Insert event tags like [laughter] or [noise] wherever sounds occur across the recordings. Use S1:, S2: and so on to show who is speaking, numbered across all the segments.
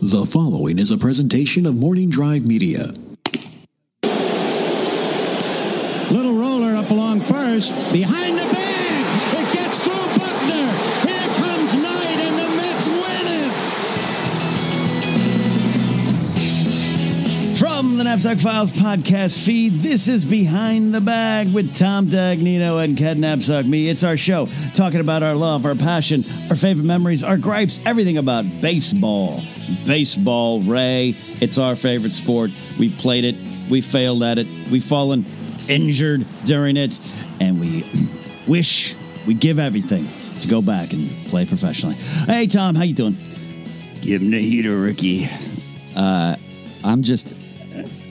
S1: The following is a presentation of Morning Drive Media.
S2: Little roller up along first, behind the bag. It gets through Buckner. Here comes Knight, and the Mets win it.
S3: From the Knapsack Files podcast feed, this is Behind the Bag with Tom Dagnino and Ken Knapsack. Me, it's our show talking about our love, our passion, our favorite memories, our gripes, everything about baseball. Baseball, Ray, it's our favorite sport. We played it, we failed at it, we've fallen injured during it, and we [clears throat] wish we give everything to go back and play professionally. Hey, Tom, how you doing?
S2: Give him the heater, Ricky.
S4: Uh, I'm just,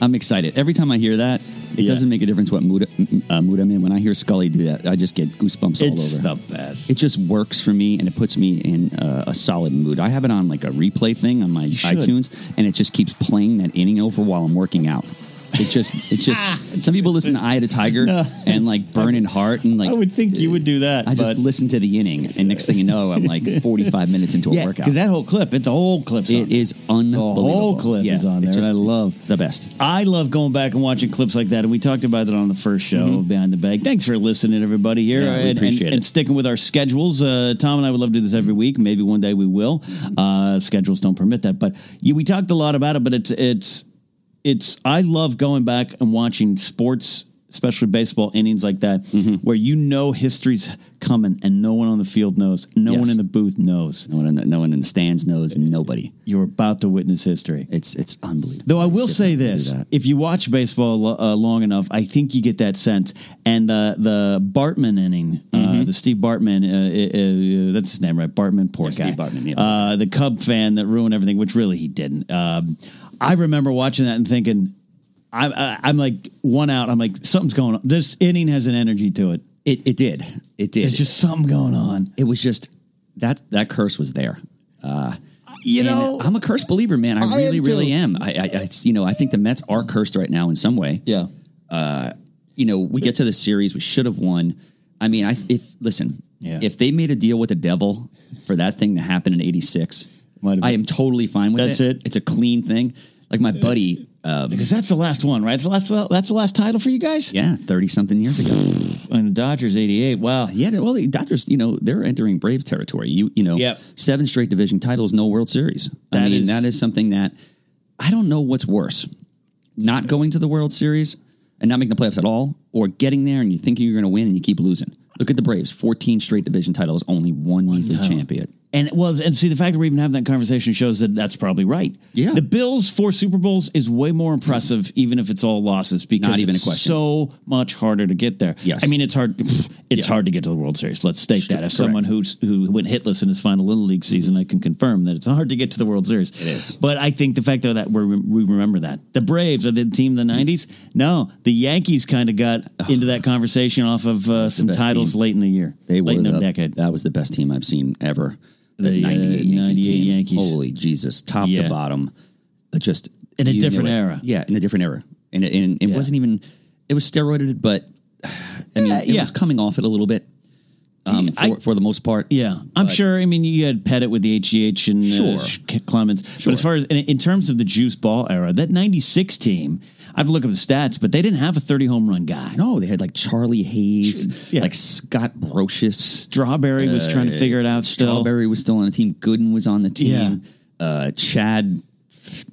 S4: I'm excited. Every time I hear that, it
S3: Yeah.
S4: doesn't make a difference what mood, m- uh, mood I'm in. When I hear Scully do that, I just get goosebumps
S3: It's
S4: all over.
S3: the best.
S4: it just works for me, and it puts me in uh, a solid mood. I have it on like a replay thing on my
S3: should.
S4: iTunes, and it just keeps playing that inning over while I'm working out. It just, it just. some people listen to "Eye of the Tiger"
S3: Ah. No.
S4: and like "Burning Heart" and like.
S3: I would think you would do that.
S4: I just
S3: but-
S4: listen to the inning, and next thing you know,
S3: [laughs]
S4: I'm like 45 minutes into a
S3: yeah,
S4: workout.
S3: because that whole clip, it, the whole clip's on
S4: it
S3: there.
S4: is unbelievable.
S3: clip is on
S4: it
S3: there, and I
S4: it's
S3: love-
S4: the best.
S3: I love going back and watching clips like that, and we talked about that on the first show behind the bag. Thanks for listening, everybody. Here
S4: Mm-hmm. Yeah, we
S3: and,
S4: appreciate
S3: and,
S4: it.
S3: and sticking with our schedules. Uh, Tom and I would love to do this every week. Maybe one day we will. Uh, schedules don't permit that, but yeah, we talked a lot about it. But it's it's it's. I love going back and watching sports. Especially baseball innings like that,
S4: Mm-hmm.
S3: where you know history's coming and no one on the field knows, no one
S4: Yes.
S3: in the booth knows.
S4: No one, in the, no one in the stands knows. Nobody.
S3: You're about to witness history.
S4: It's it's unbelievable.
S3: Though I will
S4: Sit
S3: say
S4: down and do
S3: this:
S4: that.
S3: if you watch baseball lo- uh, long enough, I think you get that sense. And uh, the Bartman inning, uh,
S4: Mm-hmm.
S3: the Steve Bartman, uh, uh, uh, that's his name, right? Bartman, poor
S4: Yeah,
S3: guy.
S4: Steve Bartman, yeah.
S3: Uh, the Cub fan that ruined everything, which really he didn't. Um, I remember watching that and thinking, I'm, I, I'm like one out. I'm like something's going on. This inning has an energy to it.
S4: it, it did, it did.
S3: There's just something going on.
S4: it was just that that curse was there. Uh,
S3: You
S4: and
S3: know,
S4: I'm a curse believer, man. I,
S3: I
S4: really,
S3: am too.
S4: really am. I, I, I, you know, I think the Mets are cursed right now in some way.
S3: yeah.
S4: You know, we get to the series, we should have won. I mean, I if listen,
S3: Yeah.
S4: if they made a deal with the devil for that thing to happen in '86,
S3: Might have
S4: I
S3: been.
S4: am totally fine with
S3: That's
S4: it.
S3: it.
S4: It's a clean thing. Like my buddy, uh,
S3: Because that's the last one, right? That's the last, that's the last title for you guys?
S4: yeah, thirty something years ago.
S3: And the Dodgers, 88. Wow.
S4: Yeah, well, the Dodgers, you know, they're entering Braves territory. You, you know,
S3: Yep.
S4: seven straight division titles, no World Series. I
S3: That
S4: mean,
S3: is-
S4: that is something that I don't know what's worse: not going to the World Series and not making the playoffs at all, or getting there and you think you're going to win and you keep losing. Look at the Braves: fourteen straight division titles, only one, measly champion.
S3: And well, and see, the fact that we're even having that conversation shows that that's probably right.
S4: Yeah. Mm-hmm.
S3: the Bills four Super Bowls is way more impressive, even if it's all losses, because
S4: Not even a
S3: it's
S4: question.
S3: so much harder to get there.
S4: Yes.
S3: I mean it's hard. It's hard to get to the World Series. Let's state that. As
S4: Correct. Mm-hmm.
S3: someone who's who went hitless in his final little league season, I can confirm that it's hard to get to the World Series. It
S4: is.
S3: But I think the fact though that we're, we remember that the Braves are the team
S4: Mm-hmm.
S3: of the '90s. No, the Yankees kind of got into that conversation off of uh, some
S4: best
S3: titles
S4: team.
S3: late in the year.
S4: They were
S3: late in the,
S4: the-
S3: decade.
S4: That was the best team I've seen ever. The,
S3: The, uh,
S4: 98, Yankee
S3: 98
S4: team.
S3: Yankees.
S4: Holy Jesus, top
S3: Yeah.
S4: to bottom. Uh, Just
S3: In a
S4: you
S3: different
S4: knew it.
S3: era.
S4: Yeah, in a different era. And it, and it
S3: Yeah.
S4: wasn't even it was steroided, but [sighs] I mean, it
S3: yeah.
S4: was coming off it a little bit. Um, for,
S3: I-
S4: for the most part.
S3: Yeah, I'm sure. I mean, you had Pettit with the HGH and uh,
S4: Sure.
S3: Sh- Clemens, but as far as in, in terms of the juice ball era, that '96 team, I've looked up the stats, but they didn't have a 30 home run guy.
S4: No, they had like Charlie Hayes,
S3: Yeah.
S4: like Scott Brocious.
S3: Strawberry
S4: Uh,
S3: was trying to figure it out still.
S4: Strawberry was still on the team. Gooden was on the team. Uh, Chad,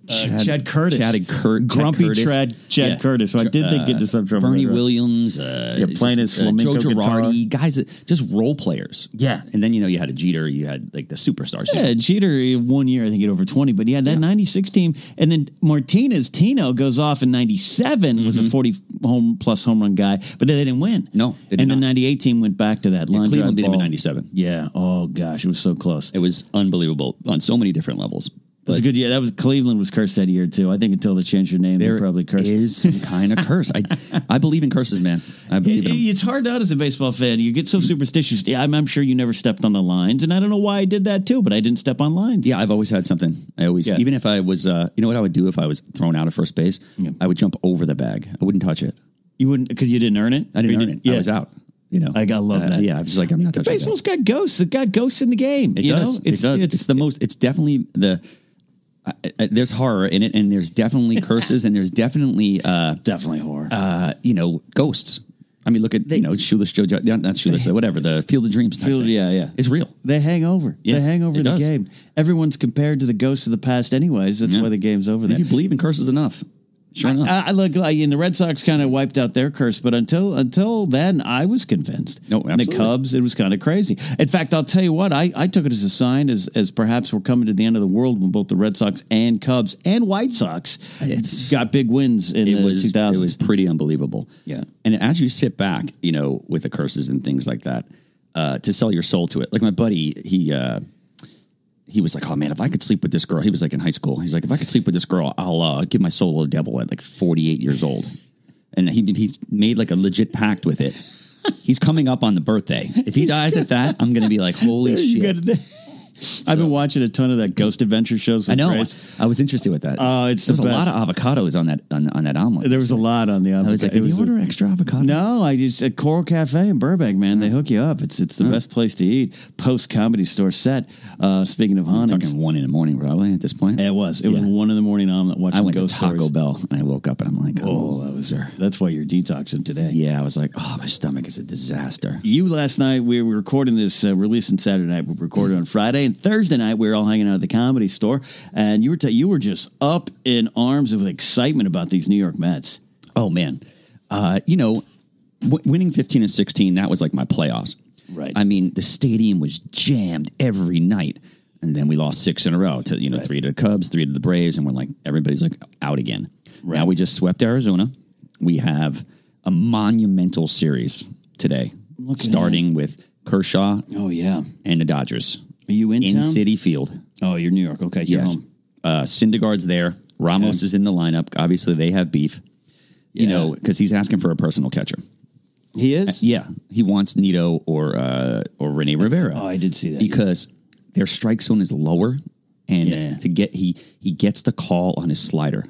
S3: Uh, Chad, Curtis,
S4: Chad Cur-
S3: grumpy
S4: Chad Curtis.
S3: Chad, Chad
S4: Yeah. uh,
S3: Curtis. So I did think into some trouble.
S4: Bernie
S3: later on.
S4: Williams, uh,
S3: Yeah, playing his flamenco
S4: Joe Girardi,
S3: guitar.
S4: guys, that, just role players.
S3: Yeah.
S4: and then you know you had a Jeter, you had like the superstars.
S3: Yeah, Jeter he- one year I think he had over twenty, but he had that '96 team, and then Martinez Tino goes off in '97 was a 40 home plus home run guy, but they didn't win.
S4: Mm-hmm. No, they did
S3: and the
S4: not.
S3: '98 team went back to that. line drive
S4: Cleveland beat him
S3: ball.
S4: in '97.
S3: Yeah. Oh gosh, it was so close.
S4: It was unbelievable on so many different levels.
S3: That's a good year. That was Cleveland was cursed that year too. I think until they changed your name, they're probably cursed.
S4: is some kind of curse. I I believe in curses, man. I believe
S3: It,
S4: in 'em.
S3: it- it's hard not as a baseball fan. You get so
S4: Mm-hmm.
S3: superstitious. Yeah, I'm, I'm sure you never stepped on the lines, and I don't know why I did that too, but I didn't step on lines.
S4: Yeah, I've always had something. I always,
S3: Yeah.
S4: even if I was, uh, you know what I would do if I was thrown out of first base? I would jump over the bag. I wouldn't touch it.
S3: you wouldn't because you didn't earn it.
S4: I
S3: Or you
S4: didn't earn it.
S3: Yeah,
S4: I was out. You know,
S3: I gotta love
S4: Uh,
S3: that.
S4: Yeah, I'm just like I'm not touching
S3: Baseball's got ghosts. It got ghosts in the game.
S4: It
S3: you
S4: does.
S3: know?
S4: It does. It's,
S3: It's,
S4: the most. It's definitely the. I, I, there's horror in it, and there's [laughs] definitely curses, and there's definitely, uh,
S3: definitely horror.
S4: uh, you know, ghosts. I mean, look at you know, shoeless Joe, Jo- yeah, not [laughs] shoeless, uh, whatever the Field of Dreams. type
S3: Field-
S4: thing.
S3: yeah, yeah.
S4: it's real.
S3: they hang over.
S4: Yeah,
S3: they hang over
S4: it
S3: the
S4: does.
S3: game. Everyone's compared to the ghosts of the past, anyways. That's
S4: Yeah.
S3: why the game's over.
S4: If
S3: There.
S4: you believe in curses enough, sure enough,
S3: I, I look like and the Red Sox kind of wiped out their curse, but until until then, I was convinced.
S4: No,
S3: And the
S4: absolutely.
S3: Cubs, it was kind of crazy. In fact, I'll tell you what, I, I took it as a sign as as perhaps we're coming to the end of the world when both the Red Sox and Cubs and White Sox
S4: It's-
S3: got big wins in
S4: it
S3: the
S4: was
S3: 2000s.
S4: it was pretty unbelievable.
S3: Yeah.
S4: And as you sit back, you know, with the curses and things like that, uh, to sell your soul to it. Like my buddy, he uh, he was like, "Oh man, if I could sleep with this girl," he was like in high school. He's like, "If I could sleep with this girl, I'll uh, give my soul to the devil at like 48 years old." And he he's made like a legit pact with it. He's coming up on the birthday. If he dies at that, I'm gonna be like, "Holy
S3: [laughs] You
S4: shit!"
S3: got it. I've been watching a ton of that Ghost Adventure shows. With
S4: I know.
S3: Grace.
S4: I was interested with that.
S3: Oh, it's
S4: there
S3: the
S4: was
S3: best.
S4: a lot of avocados on that on, on that omelet.
S3: There was a lot on the.
S4: I was like, "Did you order extra avocado?"
S3: No, I just at Coral Cafe in Burbank, man. They hook you up. It's it's the best place to eat. Post comedy store set. Uh, speaking of
S4: I'm
S3: hauntings,
S4: talking one in the morning, probably at this point.
S3: it was it was
S4: Yeah.
S3: one in the morning omelet watching
S4: I went to
S3: ghost
S4: Taco
S3: stories.
S4: Bell and I woke up and I'm like, oh,
S3: Oh, that was that's why you're detoxing today.
S4: yeah. I was like, oh, my stomach is a disaster.
S3: You last night we were recording this uh, releasing Saturday night. We recorded on Friday and Thursday night. We were all hanging out at the comedy store, and you were t- you were just up in arms with excitement about these New York Mets.
S4: Oh man, uh, you know, w- winning 15 and 16 that was like my playoffs.
S3: Right.
S4: I mean, the stadium was jammed every night, and then we lost six in a row to you know three to the Cubs, three to the Braves, and we're like everybody's like out again. Now we just swept Arizona. We have a monumental series today,
S3: Look at
S4: starting with Kershaw
S3: Oh yeah, are
S4: and the Dodgers
S3: you in,
S4: in
S3: town?
S4: City Field.
S3: Oh, you're New York. Okay, you're
S4: Yes.
S3: home.
S4: Uh, Syndergaard's there. Ramos is in the lineup. Obviously, they have beef, you
S3: Yeah.
S4: know, because he's asking for a personal catcher.
S3: He is.
S4: Yeah, he wants Nito or uh, or Rene Rivera.
S3: Oh, I did see that.
S4: because their strike zone is lower, and
S3: Yeah.
S4: to get he he gets the call on his slider,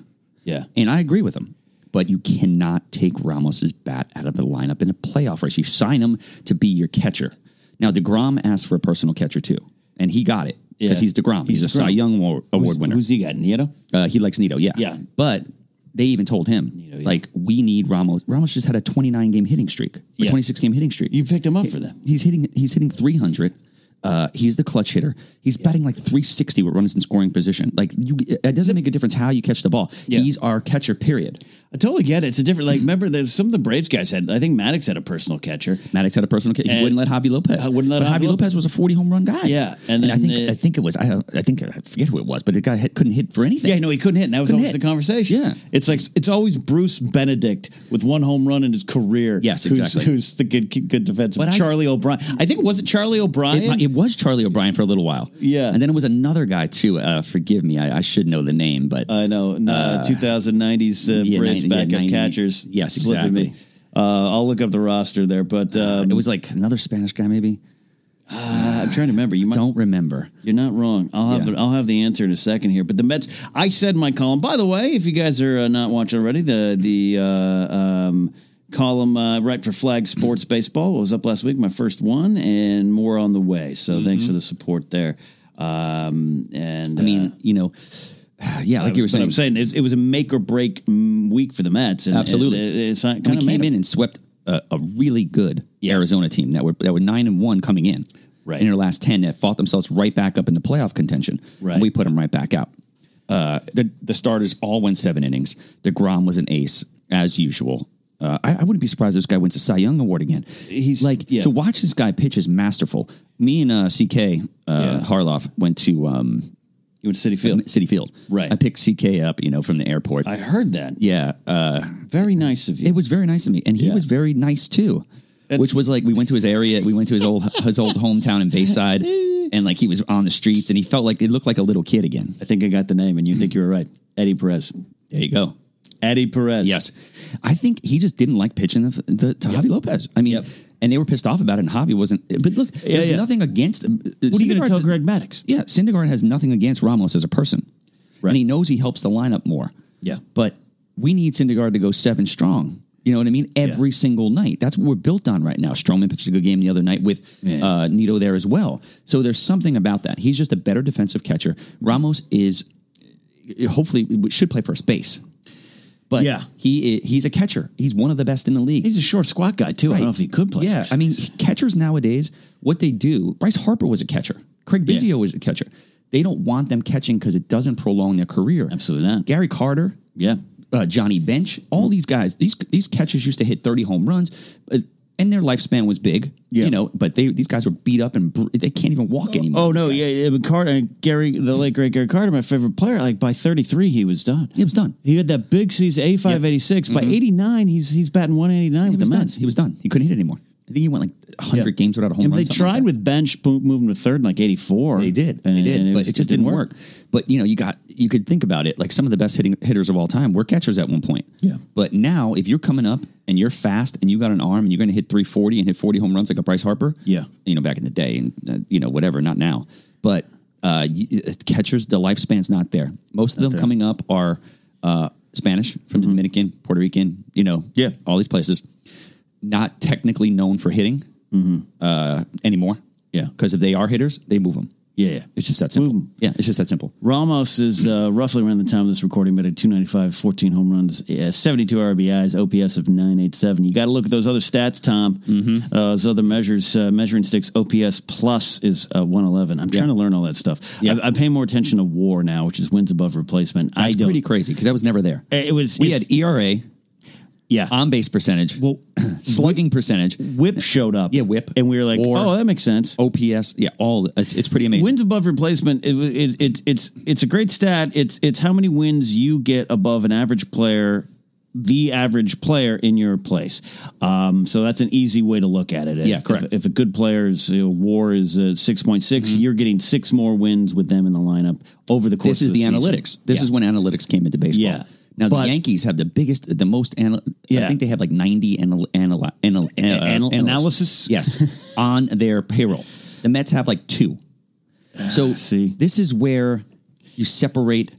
S3: yeah.
S4: and I agree with him. But you cannot take Ramos's bat out of the lineup in a playoff race. You sign him to be your catcher. Now Degrom asked for a personal catcher too, and he got it because
S3: Yeah.
S4: he's Degrom. He's,
S3: He's
S4: a Cy
S3: DeGrom.
S4: Young Award award winner.
S3: Who's he got? Nieto?
S4: Uh, he likes Nito, yeah.
S3: Yeah.
S4: But they even told him,
S3: yeah.
S4: like, we need Ramos. Ramos just had a 29 game hitting streak, or
S3: Yeah.
S4: 26 game hitting streak.
S3: You picked him up for that.
S4: He's hitting. He's hitting 300. Uh, he's the clutch hitter. He's batting like 360 with runners in scoring position. Like you, it doesn't make a difference how you catch the ball.
S3: Yeah.
S4: He's our catcher. Period.
S3: I totally get it. It's a different. Like, remember, there's some of the Braves guys had. I think Maddox had a personal catcher.
S4: Maddox had a personal. Ca- he
S3: And-
S4: wouldn't let Javi Lopez.
S3: I wouldn't let
S4: But
S3: Javi
S4: Javi Lopez was a 40 home run guy.
S3: Yeah, and
S4: and, I
S3: then
S4: think
S3: the-
S4: I think it was I, don't- I think I forget who it was, but the guy hit, couldn't hit for anything.
S3: Yeah, no, he couldn't hit. And that was
S4: Couldn't
S3: always
S4: hit.
S3: the conversation.
S4: Yeah.
S3: it's like it's always Bruce Benedict with one home run in his career.
S4: Yes,
S3: who's-
S4: exactly.
S3: Who's, the good good defensive?
S4: But I-
S3: Charlie O'Brien. I think was it Charlie O'Brien?
S4: It, it was Charlie O'Brien for a little while.
S3: Yeah.
S4: And then it was another guy, too. Uh, forgive me. I, I should know the name, but
S3: I know. uh, No, 2090s uh,
S4: yeah,
S3: Braves
S4: nin- yeah,
S3: backup
S4: 90
S3: catchers.
S4: Yes,
S3: Slipping me.
S4: exactly.
S3: Uh, I'll look up the roster there, but um, Uh,
S4: it was like another Spanish guy, maybe.
S3: I'm trying to remember. You might
S4: Don't remember.
S3: You're not wrong. I'll have
S4: Yeah.
S3: the I'll have the answer in a second here. But the Mets, I said in my column. By the way, if you guys are uh, not watching already, the the uh, um, column uh, right for Flag Sports Baseball was up last week. My first one, and more on the way. So thanks for the support there. Um, and
S4: Mm-hmm. I mean, you know, [sighs] yeah, like you were
S3: but
S4: saying,
S3: I'm saying it, it was a make or break mm, week for the Mets. And,
S4: Absolutely.
S3: and it- it's kind
S4: we
S3: of
S4: came in and swept a, a really good Arizona team that were that were nine and one coming in,
S3: Right.
S4: in their last ten that fought themselves right back up in the playoff contention.
S3: Right.
S4: and we put them right back out. Uh, the the starters all went seven innings. Degrom was an ace as usual. Uh, I, I wouldn't be surprised if this guy wins a Cy Young Award again.
S3: He's-
S4: like
S3: yeah.
S4: to watch this guy pitch is masterful. Me and uh, CK uh,
S3: Yeah.
S4: Harloff went to um,
S3: You went to City Field.
S4: City Field.
S3: Right.
S4: I picked CK up, you know, from the airport.
S3: I heard that.
S4: yeah,
S3: Very nice of you.
S4: it was very nice of me, and he
S3: Yeah.
S4: was very nice too.
S3: That's- [laughs]
S4: [laughs] which was like we went to his area, we went to his old his old hometown in Bayside, and and like he was on the streets and he felt like it looked like a little kid again.
S3: I think I got the name, and you think you were right. Eddie Perez.
S4: There you go.
S3: Eddie Perez.
S4: Yes, I think he just didn't like pitching the, the to Javi Lopez. I mean,
S3: Yep.
S4: and they were pissed off about it. and Javi wasn't. But look, there's
S3: yeah.
S4: nothing against. uh,
S3: What are you going to tell Greg Maddox?
S4: Yeah, Syndergaard has nothing against Ramos as a person,
S3: Right.
S4: and he knows he helps the lineup more.
S3: Yeah.
S4: but we need Syndergaard to go seven strong. You know what I mean? Every single night. That's what we're built on right now. Stroman pitched a good game the other night with
S3: Yeah.
S4: uh, Nito there as well. So there's something about that. He's just a better defensive catcher. Ramos is uh, hopefully should play first base, but
S3: Yeah.
S4: he i- he's a catcher. He's one of the best in the league.
S3: He's a short squat guy too. I don't know if he could play.
S4: Yeah,
S3: first
S4: I mean,
S3: base.
S4: catchers nowadays, what they do. Bryce Harper was a catcher. Craig Biggio
S3: Yeah.
S4: was a catcher. They don't want them catching because it doesn't prolong their career.
S3: Absolutely Mm-hmm. not.
S4: Gary Carter.
S3: Yeah.
S4: Uh, Johnny Bench. All these guys. These these catchers used to hit thirty home runs, uh, and their lifespan was big.
S3: Yeah.
S4: You know, but they these guys were beat up and br- they can't even walk anymore.
S3: Oh
S4: these
S3: no,
S4: guys.
S3: yeah, yeah, but Carter, Gary, the late great Gary Carter, my favorite player. Like by thirty three, he was done.
S4: He was done.
S3: He had that big season, eighty five, eighty six. By eighty nine, he's he's batting one eighty nine
S4: He
S3: with the
S4: was done.
S3: Mets.
S4: He was done. He couldn't hit anymore. I think he went like hundred games without a home
S3: and
S4: run.
S3: They
S4: something
S3: tried
S4: like that.
S3: with bench, bo- moving to third in like eighty four.
S4: They did.
S3: and,
S4: they did.
S3: and
S4: but
S3: was-
S4: it just didn't work. But you know, you got you could think about it. Like some of the best hitting hitters of all time were catchers at one point.
S3: Yeah.
S4: But now, if you're coming up and you're fast and you got an arm and you're going to hit 340 and hit 40 home runs like a Bryce Harper.
S3: Yeah.
S4: You know, back in the day and uh, you know whatever, not now. But uh, you, uh, catchers, the lifespan's not there. Most of them
S3: there. Mm-hmm.
S4: coming up are uh, Spanish from the Dominican, Puerto Rican. You know,
S3: Yeah.
S4: all these places. Not technically known for hitting uh, anymore.
S3: Mm-hmm. Yeah.
S4: Because if they are hitters, they move them.
S3: Yeah, yeah.
S4: It's just that simple.
S3: Boom.
S4: Yeah, it's just that simple.
S3: Ramos is uh, roughly around the time of this recording, but at 295, 14 home runs, uh, yeah, 72 RBIs, OPS of 987. You got to look at those other stats, Tom. Mm-hmm. Uh, those other measures, uh, measuring sticks, OPS plus is uh, 111. I'm trying to learn all that stuff.
S4: Yeah.
S3: I, I pay more attention to WAR now, which is wins above replacement.
S4: That's
S3: I don't.
S4: pretty crazy because I was never there.
S3: it was
S4: We
S3: it's-
S4: had E- ERA,
S3: yeah.
S4: on base percentage,
S3: Well,
S4: [clears throat] slugging percentage,
S3: Whip showed up.
S4: Yeah, Whip.
S3: And we were like,
S4: War.
S3: oh, that makes sense.
S4: OPS. Yeah, all it's it's pretty amazing.
S3: Wins above replacement. It, it, it, it's it's a great stat. It's it's how many wins you get above an average player, the average player in your place. Um, so that's an easy way to look at it. If-
S4: Yeah, correct. Mm-hmm.
S3: If, if a good player's you know, WAR is uh, six you're getting six more wins with them in the lineup over the course.
S4: this is
S3: of the,
S4: the
S3: season.
S4: analytics. This
S3: Yeah.
S4: is when analytics came into baseball.
S3: Yeah.
S4: Now
S3: But-
S4: the Yankees have the biggest, the most. Anal-
S3: Yeah.
S4: I think they have like ninety anal- anal- anal- uh,
S3: anal-
S4: analysts.
S3: analysis? [laughs]
S4: Yes, on their payroll. The Mets have like two. So
S3: Ah, see.
S4: this is where you separate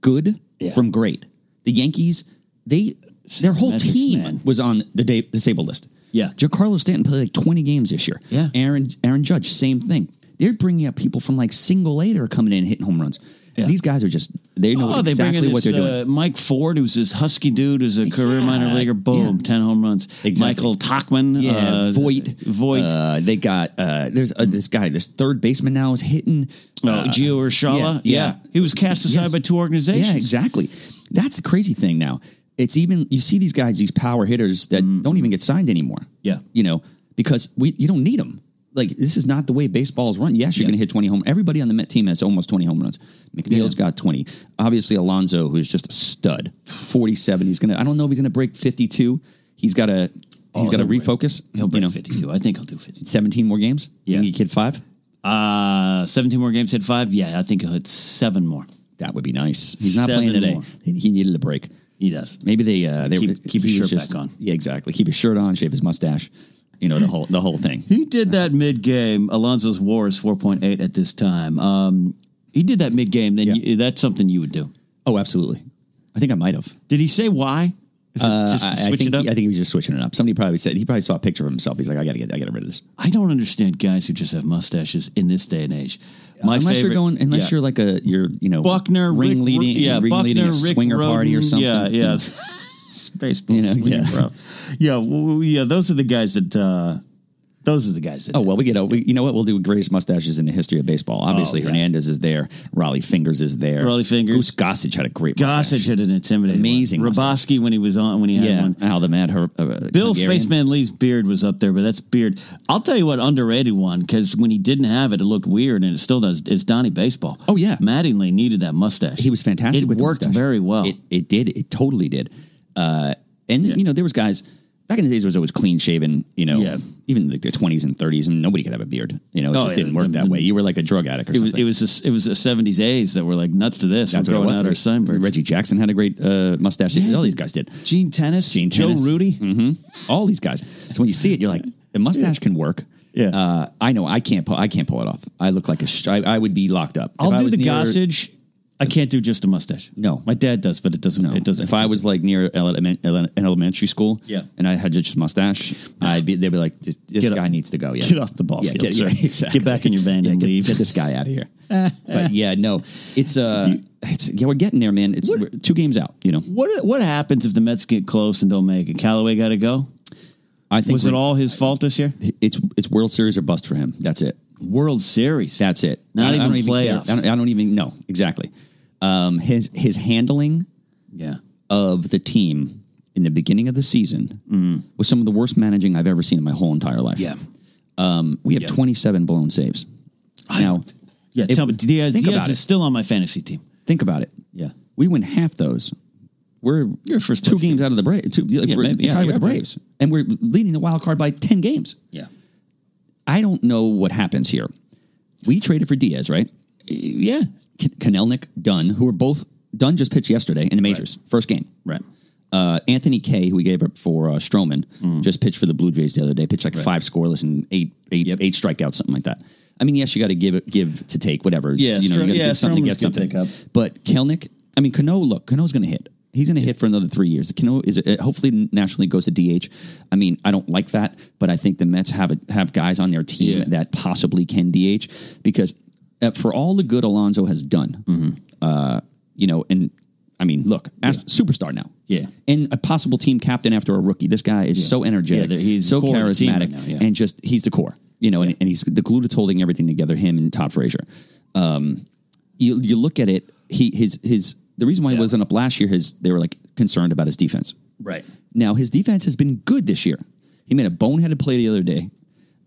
S4: good
S3: Yeah.
S4: from great. The Yankees, they their whole
S3: Metrics,
S4: team
S3: man.
S4: was on the da- disabled list.
S3: Yeah.
S4: Giancarlo Stanton played like twenty games this year.
S3: Yeah.
S4: Aaron Aaron Judge, same thing. They're bringing up people from like single A that are coming in and hitting home runs.
S3: Yeah.
S4: These guys are just they know
S3: Oh, they bring
S4: exactly
S3: in this,
S4: what they're doing.
S3: Uh, Mike Ford, who's this husky dude, who's a career minor leaguer. Boom,
S4: yeah.
S3: ten home runs.
S4: Exactly.
S3: Michael Talkman,
S4: yeah,
S3: uh,
S4: Voight,
S3: Voight,
S4: Uh, they got uh, there's uh, this guy, this third baseman now is hitting. uh,
S3: Oh, Gio Urshela.
S4: yeah,
S3: Yeah,
S4: yeah.
S3: He was cast aside
S4: Yes.
S3: by two organizations.
S4: Yeah, exactly. That's the crazy thing now. It's even you see these guys, these power hitters that don't even get signed anymore.
S3: Mm-hmm. Yeah.
S4: you know because we you don't need them. Like this is not the way baseball is run. Yes, you're
S3: Yeah.
S4: going to hit 20 home. Everybody on the Met team has almost 20 home runs. McNeil's got 20. Obviously, Alonzo, who's just a stud, 47. He's gonna. I don't know if he's gonna break 52. He's got to. He's got to
S3: Oh, he'll break-
S4: refocus.
S3: He'll
S4: you
S3: break
S4: know,
S3: 52. I think he'll do 52.
S4: 17 more games.
S3: Yeah.
S4: you can kid five.
S3: Uh, 17 more games, hit five. Yeah, I think he'll hit seven more.
S4: That would be nice. He's not
S3: Seven
S4: playing today.
S3: more.
S4: He needed a break.
S3: He does.
S4: Maybe they uh, they
S3: Keep- keep his
S4: he was
S3: shirt back on.
S4: Yeah, exactly. Keep his shirt on, shave his mustache. You know the whole the whole thing.
S3: He did that mid game. Alonzo's war is 4.8 at this time. Um, he did that mid game. Then
S4: Yeah.
S3: you, that's something you would do.
S4: [laughs] Oh, absolutely. I think I might have.
S3: Did he say why? Is it just
S4: I,
S3: to
S4: I
S3: switch
S4: think
S3: it up?
S4: He, I think he was just switching it up. Somebody probably said he probably saw a picture of himself. He's like, I gotta get I gotta rid of this.
S3: I don't understand guys who just have mustaches in this day and age. My
S4: unless
S3: favorite,
S4: you're going, unless
S3: yeah.
S4: you're like a you're you know
S3: Buckner, Rick-
S4: ring leading,
S3: yeah,
S4: ring leading a
S3: Buckner, Rick
S4: swinger party or
S3: Roden,
S4: something.
S3: Yeah,
S4: [laughs]
S3: yeah. Baseball,
S4: You know,
S3: swinger,
S4: yeah.
S3: bro. [laughs] yeah, well, yeah. Those are the guys that. Uh, those are the guys that.
S4: Oh well, we get a, we, you know what we'll do greatest mustaches in the history of baseball. Obviously,
S3: Oh, yeah.
S4: Hernandez is there. Raleigh Fingers is there.
S3: Raleigh Fingers.
S4: Goose Gossage had a great
S3: Gossage
S4: mustache.
S3: had an intimidating,
S4: Amazing
S3: One. Raboski when he was on when he had
S4: Yeah,
S3: one.
S4: how the mad her, uh,
S3: Bill
S4: Hungarian.
S3: Spaceman Lee's beard was up there, but that's beard. I'll tell you what underrated one because when he didn't have it, it looked weird, and it still does. Is Donnie Baseball?
S4: Oh, yeah.
S3: Mattingly needed that mustache.
S4: he was fantastic.
S3: It
S4: with the
S3: worked
S4: mustache.
S3: very well.
S4: It, it did. It totally did. Uh, and you know there was guys. Back in the days, it was always clean shaven. You know,
S3: Yeah.
S4: even like the twenties and thirties, and nobody could have a beard. You know, it
S3: Oh,
S4: just
S3: yeah,
S4: didn't work
S3: the-
S4: that
S3: the-
S4: way. You were like a drug addict or
S3: It was
S4: something.
S3: it was this, it was the seventies A's that were like nuts to this. We're
S4: That's what it
S3: growing
S4: was.
S3: out our sunburns.
S4: Reggie Jackson had a great uh, mustache. All these guys did.
S3: Gene Tennis,
S4: Gene
S3: Joe
S4: Tennis. Hmm.
S3: Rudy.
S4: All these guys. So when you see it, you're like, the mustache can work.
S3: Yeah.
S4: Uh, I know I can't. Pull, I can't pull it off. I look like a. Sh- I, I would be locked up. If
S3: I'll
S4: I
S3: do
S4: was
S3: the
S4: near-
S3: gossage. I can't do just a mustache.
S4: No.
S3: my dad does, but it doesn't.
S4: No,
S3: It doesn't.
S4: If I was like near ele- element- ele- an elementary school,
S3: Yeah.
S4: and I had just mustache, I'd be. They'd be like, this, this
S3: Get up.
S4: guy needs to go. Yeah.
S3: [laughs] Get off the ball
S4: Yeah,
S3: field,
S4: get-
S3: sir.
S4: yeah, exactly.
S3: Get back in your van
S4: Yeah,
S3: and
S4: get,
S3: leave.
S4: Get this guy
S3: [laughs]
S4: out of here. but yeah, no, it's uh, it's yeah, we're getting there, man. It's
S3: What-
S4: we're two games out. You know,
S3: what what happens if the Mets get close and don't make it? Callaway got to go.
S4: I think
S3: Was it
S4: we're-
S3: all his fault this year?
S4: It's it's World Series or bust for him. That's it.
S3: World Series.
S4: That's it.
S3: Not
S4: I- I
S3: even
S4: don't care.
S3: playoffs.
S4: I don't, I don't even know exactly. Um, his his handling
S3: yeah.
S4: of the team in the beginning of the season was some of the worst managing I've ever seen in my whole entire life.
S3: Mm. Yeah.
S4: Um, we have
S3: Yeah.
S4: 27 blown saves. now,
S3: Yeah.
S4: if-
S3: tell me, Diaz,
S4: think
S3: Diaz
S4: about
S3: is
S4: it.
S3: still on my fantasy team.
S4: Think about it.
S3: Yeah.
S4: We win half those. We're
S3: You're first
S4: two
S3: place,
S4: games out of the Braves. Two, like,
S3: Yeah,
S4: we're
S3: maybe. Yeah,
S4: tied
S3: you're
S4: with the
S3: up there.
S4: Braves. And we're leading the wild card by 10 games.
S3: Yeah.
S4: I don't know what happens here. We traded for Diaz, right?
S3: Yeah.
S4: K- Kanelnik, Dunn, who were both Dunn just pitched yesterday in the majors, first game.
S3: Right.
S4: Uh, Anthony Kay, who we gave up for uh, Stroman,
S3: Mm.
S4: just pitched for the Blue Jays the other day. Pitched like five scoreless and eight, eight, eight strikeouts, something like that. I mean, yes, you got to give it- give to take, whatever. It's,
S3: Yeah,
S4: you know,
S3: Stro-
S4: you got to
S3: yeah,
S4: give something to get
S3: Stroman's good
S4: something.
S3: pickup.
S4: But Kelnick, I mean, Cano, look, Cano's going to hit. He's going to hit for another three years. Cano is uh, hopefully nationally goes to DH. I mean, I don't like that, but I think the Mets have a, have guys on their team
S3: Yeah.
S4: that possibly can DH because uh, for all the good Alonso has done,
S3: Mm-hmm.
S4: uh, you know, and I mean, look, as- superstar now,
S3: Yeah.
S4: and a possible team captain after a rookie. This guy is so energetic,
S3: Yeah, he's
S4: so
S3: the core of the team
S4: charismatic,
S3: right now, yeah.
S4: and just he's the core, you know, and, and he's the glue that's holding everything together. Him and Todd Frazier. Um, you you look at it, he his his the reason why he
S3: Yeah.
S4: wasn't up last year. His they were like concerned about his defense.
S3: Right.
S4: Now his defense has been good this year. He made a boneheaded play the other day.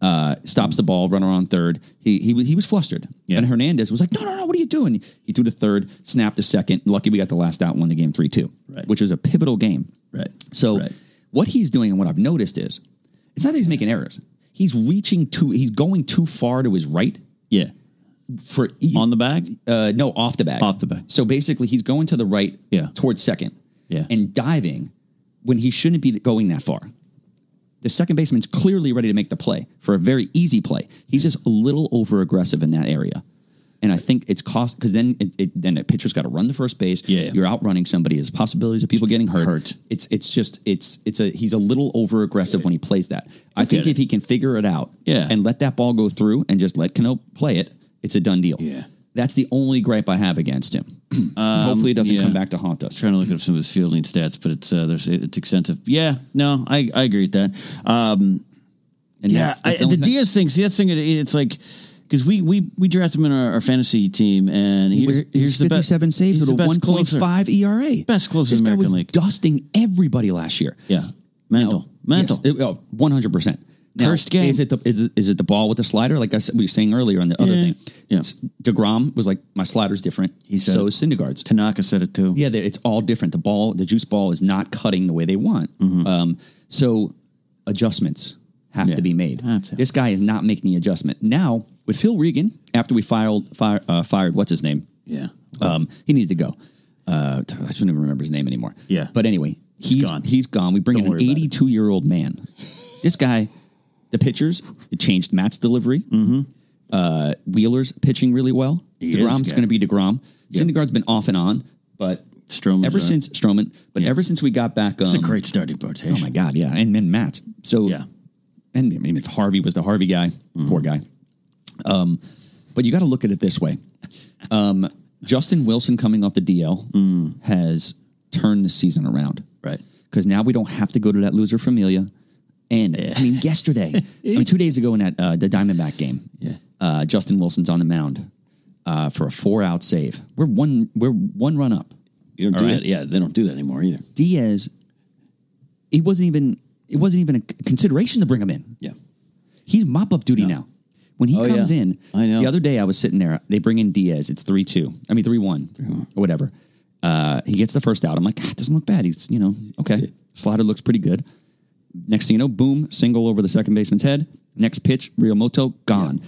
S4: Uh, stops the ball, runner on third. He he was- he was flustered,
S3: Yeah.
S4: and Hernandez was like, "No, no, no! What are you doing?" He threw the third, snapped the second. Lucky we got the last out, won the game three two,
S3: Right.
S4: which was a pivotal game.
S3: Right.
S4: So
S3: Right.
S4: what he's doing and what I've noticed is, it's not that he's making errors. He's reaching too. He's going too far to his right
S3: Yeah.
S4: for e-
S3: On the bag.
S4: uh, no, off the bag.
S3: Off the bag.
S4: So basically, he's going to the right,
S3: Yeah.
S4: towards second,
S3: Yeah.
S4: and diving when he shouldn't be going that far. The second baseman's clearly ready to make the play for a very easy play. He's just a little over aggressive in that area, and I think it's cost because then it, it, then a pitcher's got to run the first base.
S3: Yeah.
S4: you're outrunning somebody. There's possibilities of people getting hurt.
S3: Hurt.
S4: It's it's just it's it's a he's a little over aggressive when he plays that. I think
S3: get it.
S4: if he can figure it out,
S3: Yeah.
S4: and let that ball go through and just let Cano play it, it's a done deal.
S3: Yeah. Um,
S4: That's the only gripe I have against him. [clears throat] Hopefully, it doesn't
S3: yeah.
S4: come back to haunt
S3: was
S4: us.
S3: trying to look up some of his fielding stats, but it's uh, there's it's extensive. Yeah, no, I, I agree with that. Um,
S4: And
S3: yeah,
S4: that's- that's
S3: I, the
S4: only thing.
S3: Diaz thing. See, that's the thing. it- It's like because we we we drafted him in our, our fantasy team, and
S4: He was,
S3: here-
S4: he
S3: here's
S4: was
S3: the best
S4: 57
S3: he's
S4: saves with a
S3: the best closer.
S4: 1.5 ERA.
S3: Best closer
S4: This
S3: in
S4: guy
S3: American
S4: was
S3: League.
S4: dusting everybody last year.
S3: Yeah, mental, mental.
S4: Yes, it- oh, 100%. Now,
S3: Cursed game.
S4: Is it, the, is, it, is it the ball with the slider? Like I said, we were saying earlier on the other
S3: Yeah.
S4: thing.
S3: Yeah.
S4: It's- DeGrom was like, my slider's different. He
S3: said
S4: so
S3: it.
S4: is Syndergaard's.
S3: Tanaka said it too.
S4: Yeah, they- it's all different. The ball, the juice ball is not cutting the way they want. Um, so adjustments have
S3: Yeah.
S4: to be made.
S3: Have to.
S4: This guy is not making the adjustment. Now, with Phil Regan, after we filed, fire, uh, fired, what's his name?
S3: yeah.
S4: Um, he needed to go. Uh, I shouldn't even remember his name anymore.
S3: Yeah.
S4: But anyway, he's
S3: gone.
S4: He's gone. We bring
S3: Don't
S4: in an
S3: worry about it.
S4: 82 year old man. This guy, the pitchers, it changed Matt's delivery. Mm-hmm. Uh, Wheeler's pitching really well.
S3: is
S4: DeGrom's
S3: good.
S4: going to be DeGrom. Syndergaard's been off and on, but
S3: Stroman's
S4: ever
S3: all right.
S4: since Stroman, but
S3: Yeah.
S4: ever since we got back, um,
S3: It's a great starting rotation.
S4: Oh my God, yeah, and then Matt. So
S3: Yeah.
S4: and I mean, if Harvey was the Harvey guy, poor guy. Um, but you got to look at it this way: um, Justin Wilson coming off the DL has turned the season around,
S3: Right.
S4: Because now we don't have to go to that loser familia. And I mean, yesterday, I mean, two days ago in that uh, the Diamondback game,
S3: Yeah.
S4: uh, Justin Wilson's on the mound uh, for a four-out save. We're one, we're one run up.
S3: You don't
S4: All
S3: do
S4: right.
S3: that. Yeah, they don't do that anymore either.
S4: Diaz, it wasn't even it wasn't even a consideration to bring him in.
S3: Yeah.
S4: He's mop up duty now. When he
S3: Oh,
S4: comes
S3: yeah.
S4: in,
S3: I know.
S4: the other day I was sitting there. They bring in Diaz. It's three two. I mean three one or whatever. Uh, he gets the first out. I'm like, ah, it doesn't look bad. He's you know okay. Slider looks pretty good. Next thing you know, boom, single over the second baseman's head. Next pitch, Riomoto gone.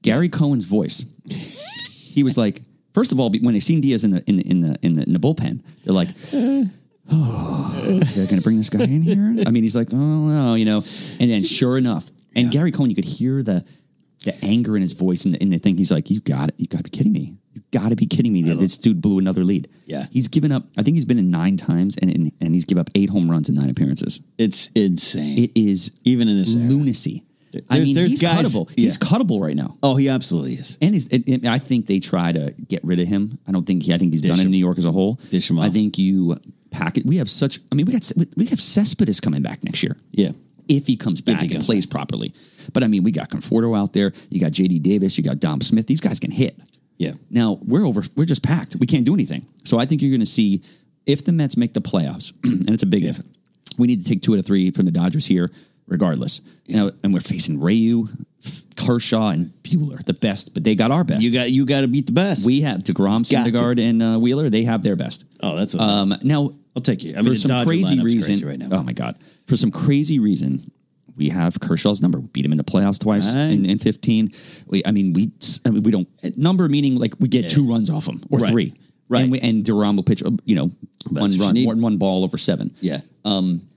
S4: Gary Cohen's voice. he was like, first of all, be- when they seen Diaz in the in the in the in the, in the bullpen, they're like. [sighs] they're going to bring this guy in here. I mean, he's like, oh no, you know. And then, sure enough, and Gary Cohen, you could hear the the anger in his voice and the, and the thing. He's like, you got it, you got to be kidding me, you got to be kidding me that this dude blew another lead.
S3: Yeah.
S4: he's given up. I think he's been in nine times, and and, and he's given up eight home runs in nine appearances.
S3: It's insane.
S4: It is
S3: Even in this era.
S4: lunacy. I
S3: There's-
S4: mean,
S3: there's
S4: he's
S3: guys-
S4: cuttable.
S3: yeah.
S4: He's cuttable right now.
S3: oh, he absolutely is.
S4: And his, it, it- I think they try to get rid of him. I don't think he. I think he's done
S3: him.
S4: in New York as a whole.
S3: Dish him
S4: I
S3: off.
S4: think you pack it. We have such. I mean, we got we- we have Cespedes coming back next year.
S3: Yeah.
S4: If he comes back
S3: he
S4: and
S3: comes
S4: plays properly, but I mean, we got Conforto out there. You got J.D. Davis. You got Dom Smith. These guys can hit.
S3: Yeah.
S4: Now we're over. We're just packed. We can't do anything. So I think you're going to see if the Mets make the playoffs, [clears throat] and it's a big if. We need to take two out of three from the Dodgers here, regardless. Now, and we're facing Rayu, Kershaw, and Bueller, the best, but they got our best.
S3: You got you got to beat the best.
S4: We have Degrom,
S3: Got to.
S4: Syndergaard, and uh, Wheeler. They have their best.
S3: Oh, that's a-
S4: um, now.
S3: I'll take you. I
S4: for
S3: mean, the
S4: some
S3: Dodger
S4: crazy
S3: lineup's
S4: reason.
S3: crazy right now.
S4: Oh my god! For some crazy reason, we have Kershaw's number. We beat him in the playoffs twice
S3: Right.
S4: in, in fifteen. We, I mean, we I mean, we don't number meaning like we get two runs off him or
S3: Right.
S4: three.
S3: Right.
S4: And, we, and Duran will pitch, uh, you know,
S3: what
S4: one
S3: you
S4: run,
S3: need.
S4: one, one ball over seven.
S3: yeah.
S4: Yeah. um,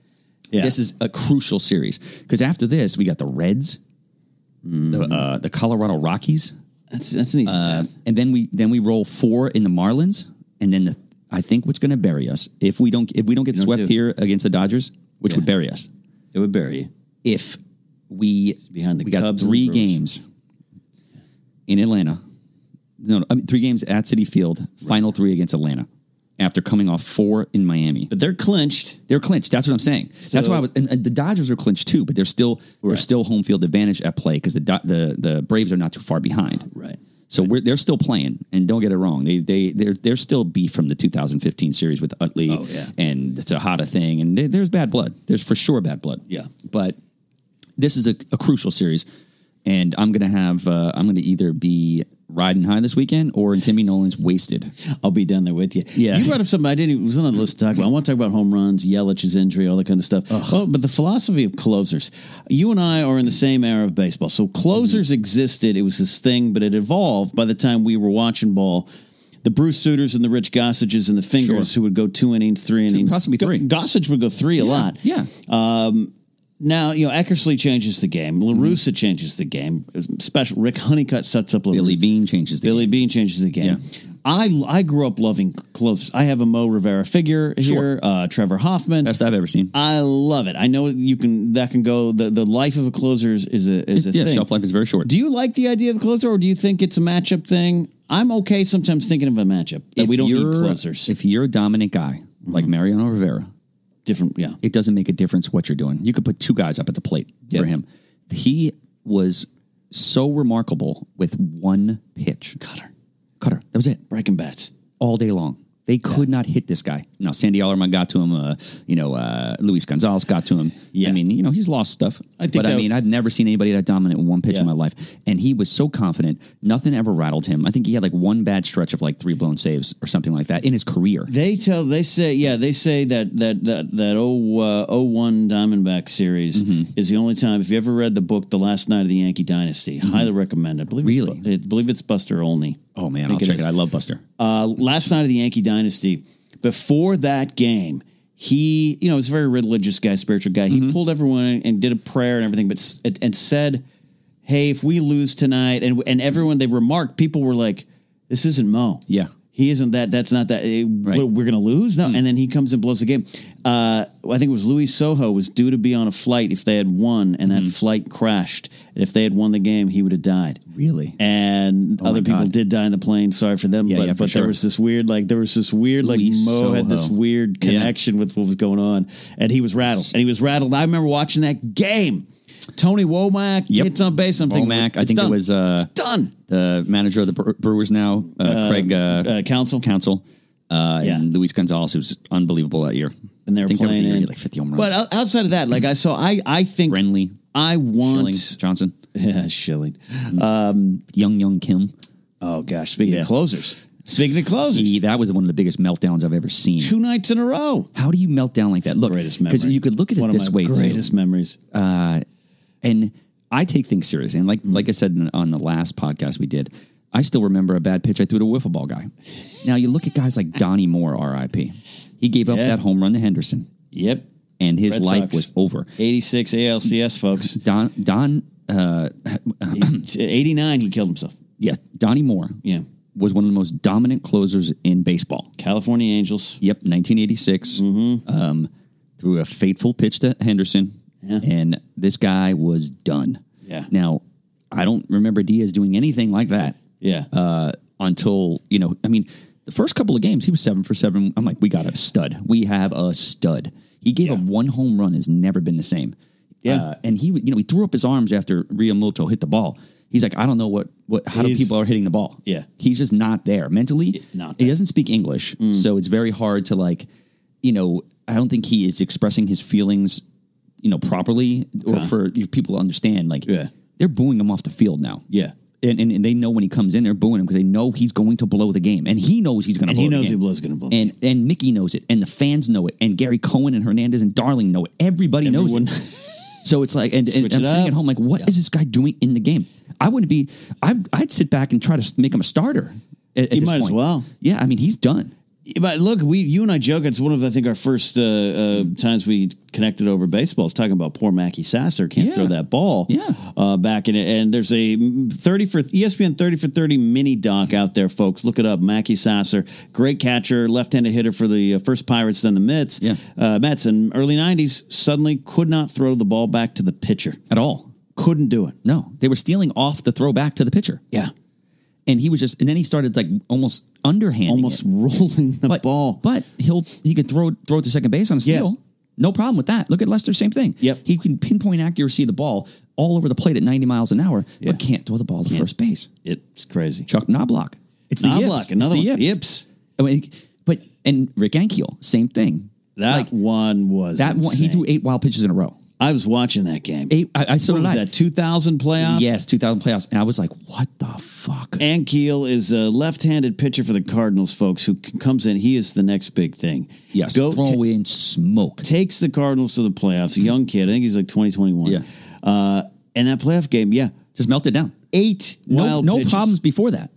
S3: Yeah.
S4: This is a crucial series because after this, we got the Reds,
S3: Mm.
S4: the, uh, the Colorado Rockies,
S3: That's that's an easy path.
S4: Uh, and then we then we roll four in the Marlins, and then the, I think what's going to bury us if we don't if we don't get
S3: don't
S4: swept
S3: do-
S4: here against the Dodgers, which would bury us
S3: It would bury you.
S4: if we
S3: behind the
S4: we
S3: Cubs
S4: got
S3: and
S4: three
S3: the Brewers.
S4: games in Atlanta. No, no, I mean three games at City Field, final three against Atlanta, after coming off four in Miami.
S3: But they're clinched.
S4: They're clinched. That's what I'm saying. That's
S3: So-
S4: why I was, and, and the Dodgers are clinched too, but they're still they're
S3: Right.
S4: still home field advantage at play because the Do- the the Braves are not too far behind.
S3: Right.
S4: So we're, they're still playing, and don't get it wrong. They they they're they're still beef from the 2015 series with Utley,
S3: Oh, yeah.
S4: and it's a hotter thing. And there- there's bad blood. There's for sure bad blood.
S3: Yeah.
S4: but this is a, a crucial series, and I'm gonna have uh, I'm gonna either be riding high this weekend or in Timmy Nolan's wasted.
S3: I'll be down there with you.
S4: Yeah.
S3: You brought up something I didn't. It was on the list to talk about. I want to talk about home runs, Yelich's injury, all that kind of stuff. Oh, but the philosophy of closers. You and I are in the same era of baseball, so closers existed. It was this thing, but it evolved by the time we were watching ball. The Bruce Suters and the Rich Gossages and the Fingers
S4: Sure.
S3: who would go two innings, three innings,
S4: possibly
S3: Go-
S4: three.
S3: Gossage would go three a lot.
S4: Yeah,
S3: Now, you know, Eckersley changes the game. LaRusa changes the game. Special Rick Honeycutt sets up LaRusa.
S4: Billy Bean changes the
S3: Um, Billy
S4: game.
S3: Bean changes the game.
S4: Yeah.
S3: I I grew up loving close. I have a Mo Rivera figure
S4: Sure.
S3: here, uh, Trevor Hoffman.
S4: best I've ever seen.
S3: I love it. I know you can that can go the, the life of a closer is, is a is a
S4: yeah,
S3: thing.
S4: shelf life is very short.
S3: Do you like the idea of the closer or do you think it's a matchup thing? I'm okay sometimes thinking of a matchup that we don't need Mm-hmm.
S4: you're-
S3: closers.
S4: If you're a dominant guy like Mariano Rivera,
S3: Different, yeah.
S4: it doesn't make a difference what you're doing. You could put two guys up at the plate
S3: Yeah.
S4: for him. He was so remarkable with one pitch.
S3: Cutter,
S4: Cutter. That was it.
S3: breaking bats.
S4: All day long. They could not hit this guy. Now Sandy Alderman got to him. Uh, you know, uh, Luis Gonzalez got to him.
S3: Yeah.
S4: I mean, you know, he's lost stuff.
S3: I think
S4: but I
S3: that-
S4: mean, I've never seen anybody that dominant in one pitch
S3: Yeah.
S4: in my life. And he was so confident. Nothing ever rattled him. I think he had like one bad stretch of like three blown saves or something like that in his career.
S3: They tell they say yeah they say that that that that oh uh, oh one Diamondback series is the only time if you ever read the book The Last Night of the Yankee Dynasty highly recommend it. I believe
S4: Really?
S3: it's, Bu- I believe it's Buster Olney.
S4: Oh
S3: I
S4: man, I'll
S3: think
S4: check
S3: is.
S4: it. I love Buster.
S3: Uh, last night of the Yankee Dynasty, before that game, he, you know, was a very religious guy, spiritual guy.
S4: Mm-hmm.
S3: He pulled everyone in and did a prayer and everything, but s- and, and said, "Hey, if we lose tonight," and and everyone they remarked, people were like, "This isn't Mo.
S4: Yeah.
S3: he isn't that. That's not that. eh,
S4: Right. Mm.
S3: We're gonna lose no." And then he comes and blows the game. Uh, I think it was Luis Soho was due to be on a flight if they had won, and
S4: Mm-hmm.
S3: that flight crashed. And if they had won the game, he would have died
S4: Really? Oh
S3: and
S4: my
S3: other people
S4: God.
S3: did die in the plane. Sorry for them,
S4: Yeah,
S3: but,
S4: yeah, for
S3: but
S4: sure.
S3: there was this weird, like there was this weird, like
S4: Luis
S3: Mo had this
S4: Soho.
S3: weird
S4: Yeah.
S3: connection with what was going on, and he was rattled, and he was rattled. I remember watching that game. Tony Womack
S4: Yep.
S3: hits on base. I'm thinking,
S4: Womack, I
S3: Oh, it's
S4: think it
S3: done.
S4: was, uh,
S3: It's done.
S4: the manager of the Bre- Brewers now, uh, Craig uh,
S3: Uh, council,
S4: Council, uh,
S3: Yeah.
S4: and Luis Gonzalez, who was unbelievable that year.
S3: and they were
S4: I think that was
S3: playing
S4: the year he
S3: in.
S4: had, like 50 home runs.
S3: But o- outside of that, like I saw, I I think
S4: Brenly,
S3: I want
S4: Schilling, Johnson,
S3: [laughs] yeah, Schilling.
S4: Young Young Kim.
S3: Oh gosh, speaking
S4: Yeah.
S3: of closers, Speaking of closers,
S4: He- that was one of the biggest meltdowns I've ever seen.
S3: two nights in a row.
S4: How do you melt down like that? Look,
S3: greatest memory.
S4: because you could look at it
S3: One
S4: this
S3: of my
S4: way Uh,
S3: Greatest memories.
S4: too. And I take things seriously. And like like I said in- on the last podcast we did, I still remember a bad pitch I threw to a wiffle ball guy. now you look at guys like Donnie Moore, R.I.P. He gave up
S3: Yeah.
S4: that home run to Henderson,
S3: yep.
S4: and his
S3: Red
S4: life
S3: Sox.
S4: was over.
S3: 86 ALCS, folks.
S4: Don Don uh,
S3: Eight- 89, he killed himself.
S4: yeah Donnie Moore
S3: Yeah.
S4: was one of the most dominant closers in baseball.
S3: California Angels.
S4: Yep, 1986.
S3: Mm-hmm.
S4: Um, threw a fateful pitch to Henderson,
S3: Yeah.
S4: and this guy was done.
S3: Yeah.
S4: Now, I don't remember Diaz doing anything like that
S3: Yeah.
S4: uh, until you know. I mean, the first couple of games he was seven for seven. I'm like, we got a stud. We have a stud. He gave up one home run. Has never been the same. Uh,
S3: Yeah.
S4: and he, you know, he threw up his arms after Riamuto hit the ball. He's like, I don't know what, what, how
S3: He's-
S4: do people are hitting the ball?
S3: Yeah.
S4: he's just not there mentally.
S3: not
S4: he
S3: there. Mm.
S4: doesn't speak English, so it's very hard to like, you know, I don't think he is expressing his feelings, you know, properly or for you people to understand. Like,
S3: Yeah.
S4: they're booing him off the field now.
S3: Yeah.
S4: And, and, and they know when he comes in, they're booing him because they know he's going to blow the game, and he knows he's going to.
S3: And
S4: blow
S3: he
S4: the
S3: knows
S4: game.
S3: he blows going to blow.
S4: And and Mickey knows it, and the fans know it, and Gary Cohen and Hernandez and Darling know it. Everybody
S3: Everyone- [laughs]
S4: knows it. So it's like, and, and
S3: Switch
S4: I'm
S3: it
S4: sitting
S3: up.
S4: at home like, what is this guy doing in the game? I wouldn't be. I'd, I'd sit back and try to make him a starter. At, at
S3: You
S4: this
S3: might as
S4: point.
S3: well.
S4: Yeah, I mean, he's done.
S3: but look, we you and I joke. It's one of I think our first uh, uh, times we connected over baseball. It's talking about poor Mackie Sasser can't
S4: Yeah.
S3: throw that ball.
S4: Yeah.
S3: uh, back in it. And there's a thirty for E ESPN thirty for thirty mini doc out there, folks. Look it up. Mackie Sasser, great catcher, left-handed hitter for the uh, first Pirates, then the Mets.
S4: Yeah.
S3: uh, Mets in early '90s suddenly could not throw the ball back to the pitcher.
S4: at all.
S3: Couldn't do it.
S4: No, they were stealing off the throw back to the pitcher,
S3: Yeah,
S4: and he was just. And then he started like almost underhanding,
S3: almost
S4: it.
S3: rolling the
S4: but
S3: ball.
S4: But he'll he could throw throw it to second base on a
S3: Yeah.
S4: steal. No problem with that. Look at Lester, same thing.
S3: Yep.
S4: he can pinpoint accuracy of the ball all over the plate at 90 miles an hour,
S3: Yeah.
S4: but can't throw the ball to first base.
S3: it's crazy.
S4: Chuck Knobloch. It's the
S3: Knobloch,
S4: yips.
S3: another
S4: it's the
S3: one.
S4: Yips.
S3: Yips.
S4: I mean, but and Rick Ankiel, same thing.
S3: That
S4: Like,
S3: one was
S4: that one. He
S3: insane.
S4: threw eight wild pitches in a row.
S3: I was watching that game.
S4: Eight. I, I so
S3: what
S4: did
S3: was
S4: I.
S3: that 2000 playoffs?
S4: Yes, 2000 playoffs, and I was like, what the fuck?
S3: And Keel is a left-handed pitcher for the Cardinals, folks. Who c- comes in? He is the next big thing.
S4: yes,
S3: go
S4: throw
S3: ta-
S4: in smoke.
S3: takes the Cardinals to the playoffs. A young kid, I think he's like 2021.
S4: Yeah.
S3: Uh, and that playoff game, yeah,
S4: Just melt it down.
S3: eight
S4: No,
S3: wild
S4: no
S3: pitches.
S4: problems before that.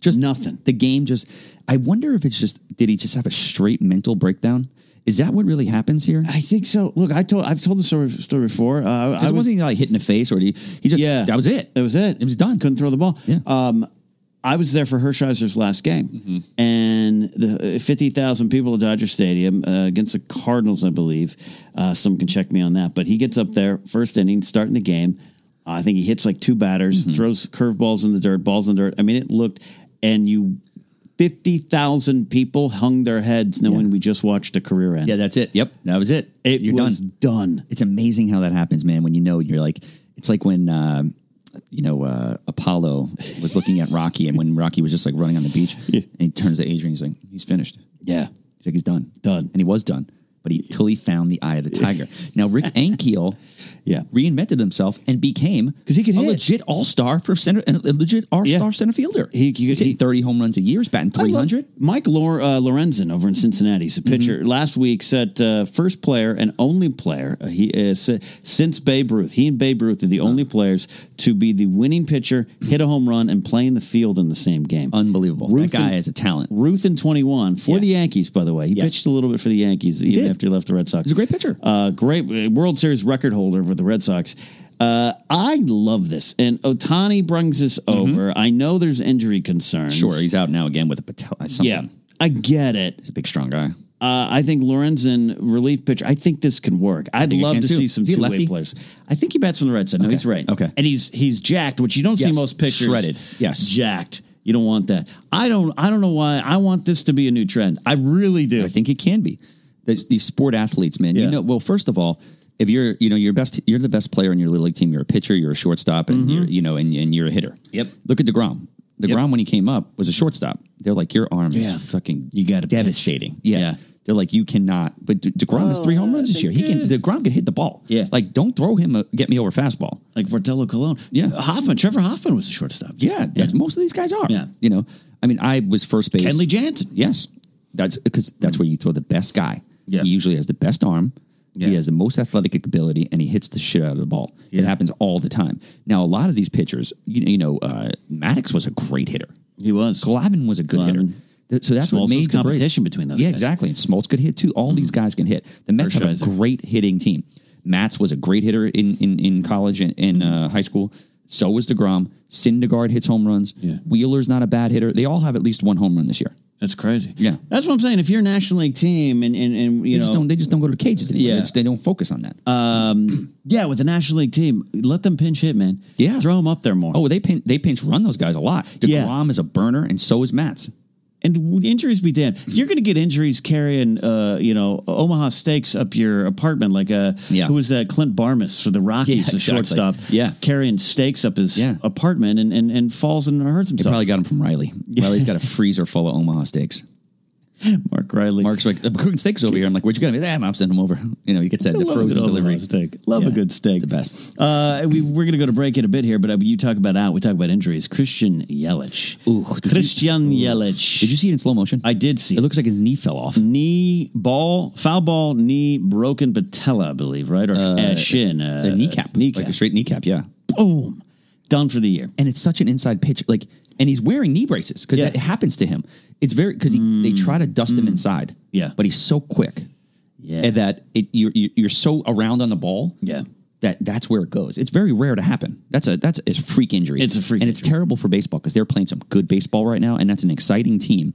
S4: Just
S3: Nothing.
S4: The game just. I wonder if it's just. Did he just have a straight mental breakdown? Is that what really happens here?
S3: I think so. Look, I told I've told the story, story before. Uh, I- I
S4: Because it wasn't he like hit in the face or did he, he just.
S3: Yeah.
S4: That was it.
S3: That was it.
S4: It was done.
S3: Couldn't throw the ball.
S4: Yeah. Mm-hmm.
S3: Um, I was there for Hershiser's last game, and the uh, fifty thousand people at Dodger Stadium uh, against the Cardinals, I believe. Uh, some can check me on that, but he gets up there first inning, starting the game. I think he hits like two batters,
S4: Mm-hmm.
S3: throws curveballs in the dirt, balls in the dirt. I mean, it looked, and you, fifty thousand people hung their heads knowing we just watched a career end.
S4: Yeah, that's it. Yep, that was it.
S3: it
S4: You're
S3: was
S4: done.
S3: done.
S4: It's amazing how that happens, man. When you know you're like, it's like when. Uh, you know, uh, Apollo was looking at Rocky, and when Rocky was just like running on the beach, and he turns to Adrian, he's like, "He's finished."
S3: Yeah,
S4: He's like, he's done.
S3: Done.
S4: And he was done. But he till he found the eye of
S3: [laughs]
S4: the tiger. now Rick Ankiel
S3: Yeah.
S4: reinvented himself and became
S3: 'Cause he could
S4: a
S3: hit.
S4: legit all star for center a legit all star
S3: Yeah.
S4: center fielder.
S3: He- he could-
S4: He's hitting
S3: he-
S4: thirty home runs a year, he's batting
S3: I
S4: three
S3: love-
S4: hundred. Mm-hmm.
S3: Mike Lor, uh, Lorenzen over in Cincinnati, is a pitcher. Last week set uh, first player and only player uh, he uh, si- since Babe Ruth. He and Babe Ruth are the
S4: Oh.
S3: only players to be the winning pitcher, hit a home run, and play in the field in the same game.
S4: Unbelievable.
S3: Ruth
S4: that guy
S3: and-
S4: is a talent.
S3: Ruth in 21 for
S4: Yeah.
S3: the Yankees, by the way. He
S4: Yes.
S3: pitched a little bit for the Yankees even
S4: did.
S3: after he left the Red Sox.
S4: He's a great pitcher.
S3: Uh, great uh, World Series record holder with the Red Sox. Uh, I love this. And Otani brings us over. I know there's injury concerns.
S4: Mm-hmm. Sure, he's out now again with a patella something.
S3: Yeah. I get it.
S4: He's a big strong guy.
S3: Uh, I think Lorenzen relief pitcher. I think this can work. I'd
S4: think it
S3: love
S4: can
S3: to
S4: too.
S3: see some
S4: Is he a
S3: two way
S4: lefty?
S3: players. I think he bats from the right side. No,
S4: Okay.
S3: he's right.
S4: Okay.
S3: and he's he's jacked, which you don't see
S4: Yes.
S3: most pitchers.
S4: Shredded. Yes.
S3: jacked. You don't want that. I don't. I don't know why. I want this to be a new trend. I really do.
S4: I think it can be. There's these sport athletes, man.
S3: Yeah.
S4: You know, well, first of all, if you're, you know, your best, you're Mm-hmm. the best player in your little league team. You're a pitcher, you're a shortstop, and you're, you know, and, and you're a hitter.
S3: Yep.
S4: Look at Degrom. The
S3: Yep.
S4: ground when he came up was a shortstop. They're like, your arm
S3: Yeah.
S4: is fucking
S3: You gotta pitch.
S4: devastating. Yeah.
S3: Yeah. Oh,
S4: They're like, you cannot. But De- Degrom has three home runs this year. He can. Degrom can hit the ball.
S3: Yeah.
S4: Like, don't throw him a get me over fastball.
S3: like Portello Colon.
S4: Yeah.
S3: Hoffman, Trevor Hoffman was a shortstop.
S4: Yeah, that's most of these guys are.
S3: Yeah.
S4: You know, I mean, I was first base.
S3: Kenley Jansen.
S4: Yes, that's because that's where you throw the best guy.
S3: Yeah.
S4: He usually has the best arm.
S3: Yeah.
S4: He has the most athletic ability, and he hits the shit out of the ball.
S3: Yeah.
S4: It happens all the time. Now, a lot of these pitchers, you, you know, uh, Maddox was a great hitter.
S3: He was.
S4: Glavin was a good hitter.
S3: Glavine.
S4: Th- So that's
S3: Smoltz
S4: what made
S3: was
S4: the Braves-
S3: competition between those
S4: Yeah,
S3: guys. Mm-hmm.
S4: exactly. And Smoltz could hit too. All these guys can hit. The Mets have a
S3: Hershiser.
S4: great hitting team. Matz was a great hitter in in, in college and in
S3: Mm-hmm.
S4: uh, high school. So was Degrom. Syndergaard hits home runs.
S3: Yeah.
S4: Wheeler's not a bad hitter. They all have at least one home run this year.
S3: That's crazy.
S4: Yeah.
S3: That's what I'm saying. If you're a National League team and, and, and you
S4: They just
S3: know,
S4: don't. They just don't go to the cages anymore.
S3: Yeah. Uh,
S4: They, just- they don't focus on that.
S3: yeah, with the National League team, let them pinch hit, man.
S4: Yeah.
S3: Throw them up there more.
S4: oh, they pin, they pinch run those guys a lot. Degrom
S3: Yeah.
S4: is a burner, and so is Matz.
S3: and w- injuries be damned.
S4: Hmm.
S3: You're going to get injuries carrying, uh, you know, Omaha steaks up your apartment, like uh,
S4: Yeah.
S3: who was that? Clint Barmis for the Rockies,
S4: Yeah,
S3: the
S4: exactly.
S3: shortstop,
S4: Yeah.
S3: carrying steaks up his
S4: Yeah.
S3: apartment and, and and falls and hurts
S4: They
S3: himself.
S4: probably got him from Riley. Riley's got a freezer full of Omaha steaks.
S3: [laughs] Mark Riley.
S4: Mark's like, I'm cooking steaks over here. I'm like, where'd you get them? Ah, mom sent them over. [laughs] You know, he gets that
S3: I
S4: the
S3: love
S4: frozen
S3: an Omaha
S4: delivery.
S3: steak. Love
S4: Yeah,
S3: a good
S4: it's
S3: steak.
S4: the best.
S3: Uh, we, we're going to go to break in a bit here, but uh, you talk about out. We talk about injuries. Christian Yelich.
S4: Ooh, did you-
S3: Christian Yelich.
S4: Did you see it in slow motion?
S3: I Mm, did see.
S4: It looks like his knee fell off.
S3: knee ball foul ball knee broken patella, I believe, right or uh, shin, uh,
S4: A kneecap.
S3: kneecap,
S4: Like a straight kneecap, yeah.
S3: boom, done for the year.
S4: And it's such an inside pitch. Like, and he's wearing knee braces because
S3: Yeah. Mm,
S4: that happens to him. It's very, because they try to dust him inside.
S3: Yeah.
S4: But he's so quick
S3: Yeah,
S4: and that it, you're, you're you're so around on the ball.
S3: Yeah.
S4: That that's where it goes. It's very rare to happen. That's a that's a freak injury.
S3: It's a freak
S4: and it's
S3: injury.
S4: terrible for baseball because they're playing some good baseball right now, and that's an exciting team.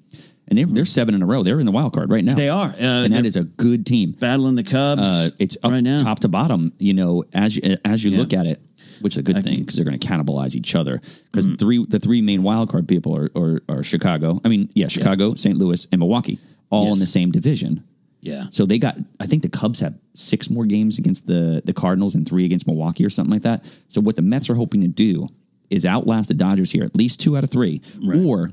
S4: And they're, they're seven in a row. They're in the wild card right now.
S3: They are. Uh,
S4: and that
S3: they're-
S4: is a good team.
S3: battling the Cubs.
S4: Uh, it's up
S3: right now.
S4: top to bottom. You know, as you, as you
S3: Yeah.
S4: look at it, which is a good thing thing because they're going to cannibalize each other. Because
S3: Mm-hmm.
S4: three the three main wild card people are, are are Chicago. I mean, yeah, Chicago, St. Louis, and Milwaukee, all
S3: Yes.
S4: in the same division.
S3: Yeah.
S4: So they got. I think the Cubs have six more games against the the Cardinals and three against Milwaukee or something like that. So what the Mets are hoping to do is outlast the Dodgers here, at least two out of three, or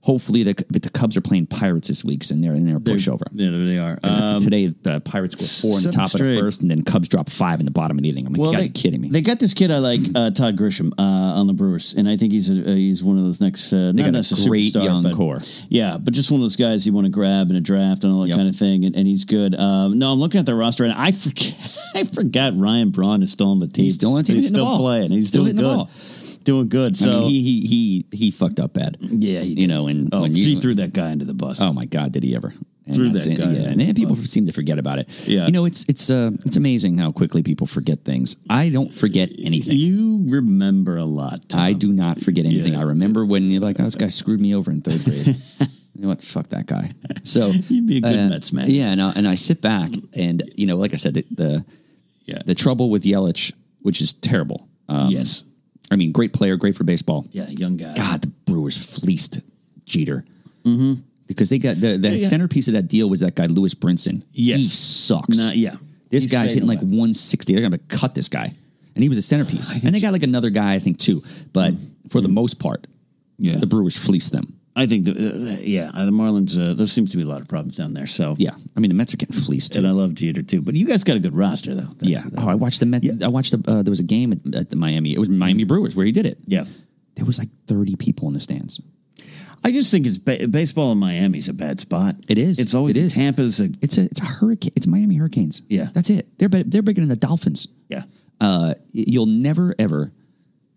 S4: hopefully the but the Cubs are playing Pirates this week and they're in their pushover.
S3: Yeah, there they are. Um,
S4: Today, the Pirates scored four in the
S3: seven
S4: top of
S3: straight.
S4: the first, and then Cubs dropped five in the bottom of the inning. I'm like, you gotta
S3: they,
S4: be kidding me.
S3: They got this kid I like, uh, Todd Grisham, uh, on the Brewers, and I think he's a, uh, he's one of those next. Uh, not
S4: got a
S3: necessarily
S4: great
S3: superstar,
S4: young
S3: but-
S4: core.
S3: Yeah, but just one of those guys you want to grab in a draft and all that
S4: Yep.
S3: kind of thing, and, and he's good. Um, no, I'm looking at the roster, and I forget, [laughs] I forgot Ryan Braun is still on the team.
S4: He's still on the team,
S3: He's
S4: hitting the
S3: still
S4: ball.
S3: playing. He's
S4: Still
S3: doing
S4: hitting the
S3: good.
S4: ball.
S3: Doing good.
S4: I mean,
S3: So
S4: he he he he fucked up bad.
S3: yeah, he
S4: you
S3: did.
S4: know, and
S3: oh,
S4: when
S3: he
S4: you
S3: threw that guy into the bus.
S4: Oh my God, did he ever? And
S3: Threw
S4: that's
S3: that
S4: it.
S3: guy
S4: Yeah,
S3: in
S4: and
S3: the
S4: then people seem to forget about it.
S3: Yeah.
S4: you know, it's it's uh it's amazing how quickly people forget things. I don't forget anything.
S3: you remember a lot. Tom.
S4: I do not forget anything.
S3: Yeah.
S4: I remember when you're like, oh, this guy screwed me over in
S3: [laughs]
S4: third grade. you know what? Fuck that guy. So uh,
S3: You'd be a good Mets man.
S4: Yeah, and I, and I sit back and you know, like I said, the the,
S3: Yeah.
S4: the trouble with Yelich, which is terrible. Um,
S3: Yes.
S4: I mean, great player, great for baseball.
S3: yeah, young guy.
S4: God, the Brewers fleeced Jeter.
S3: Mm-hmm.
S4: Because they got the, the centerpiece of that deal was that guy Lewis Brinson.
S3: Yes.
S4: he sucks.
S3: Nah, yeah.
S4: this
S3: He's
S4: guy's hitting
S3: fading
S4: like
S3: away.
S4: 160. They're gonna cut this guy, and he was a centerpiece. and they got like another guy, I think, too. But for the most part,
S3: Mm-hmm. Yeah.
S4: the Brewers fleeced them.
S3: I think, the, uh, yeah, uh, the Marlins. Uh, there seems to be a lot of problems down there. So
S4: Yeah, I mean the Mets are getting fleeced. Too.
S3: and I love Jeter too. But you guys got a good roster though. That's-
S4: yeah. Oh, I watched the Met. I watched the, uh, there was a game at, at the Miami. It was Miami Brewers where he did it.
S3: Mm-hmm. yeah.
S4: There was like 30 people in the stands.
S3: I just think it's ba- baseball in Miami's a bad spot.
S4: It is.
S3: It's always
S4: It is.
S3: Tampa's. A,
S4: It's a it's a hurricane. It's Miami Hurricanes.
S3: Yeah.
S4: that's it. They're be- they're bigger than the Dolphins.
S3: yeah.
S4: uh, y- you'll never ever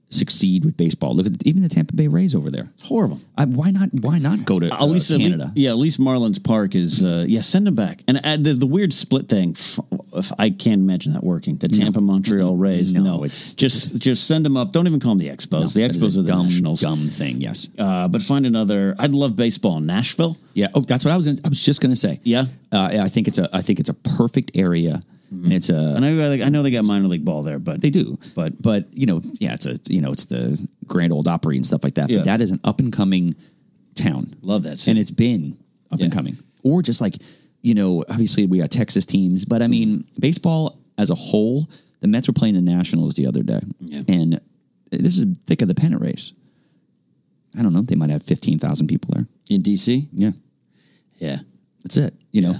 S4: succeed with baseball. Look at the, even the Tampa Bay Rays over there.
S3: It's horrible.
S4: I, why not? Why not go to uh,
S3: At least
S4: Canada?
S3: yeah, at least Marlins Park is. Uh, yeah, send them back. And uh, the, the weird split thing, f- if I can't imagine that working. The Tampa Montreal Rays.
S4: Mm-hmm. No,
S3: No,
S4: it's-
S3: it's just just send them up. Don't even call them the Expos. the
S4: That is a
S3: Expos are the
S4: dumb,
S3: Nationals.
S4: dumb thing. Yes.
S3: Uh, but find another. I'd love baseball in Nashville.
S4: Yeah. Oh, that's what I was. Gonna, I was just going to say.
S3: Yeah.
S4: Uh, I think it's a. I think it's a perfect area, and it's a.
S3: And I, I know they got minor league ball there, but
S4: They do,
S3: But
S4: but you know, yeah, it's a you know, it's the Grand Old Opry and stuff like that.
S3: Yeah.
S4: But that is an up and coming town.
S3: Love that city.
S4: and it's been up and
S3: Yeah.
S4: coming, or just like you know, obviously we got Texas teams, but I mean, baseball as a whole, the Mets were playing the Nationals the other day,
S3: Yeah.
S4: and this is thick of the pennant race. I don't know. They might have fifteen thousand people there.
S5: in DC.
S4: Yeah,
S5: Yeah,
S4: that's it. You know,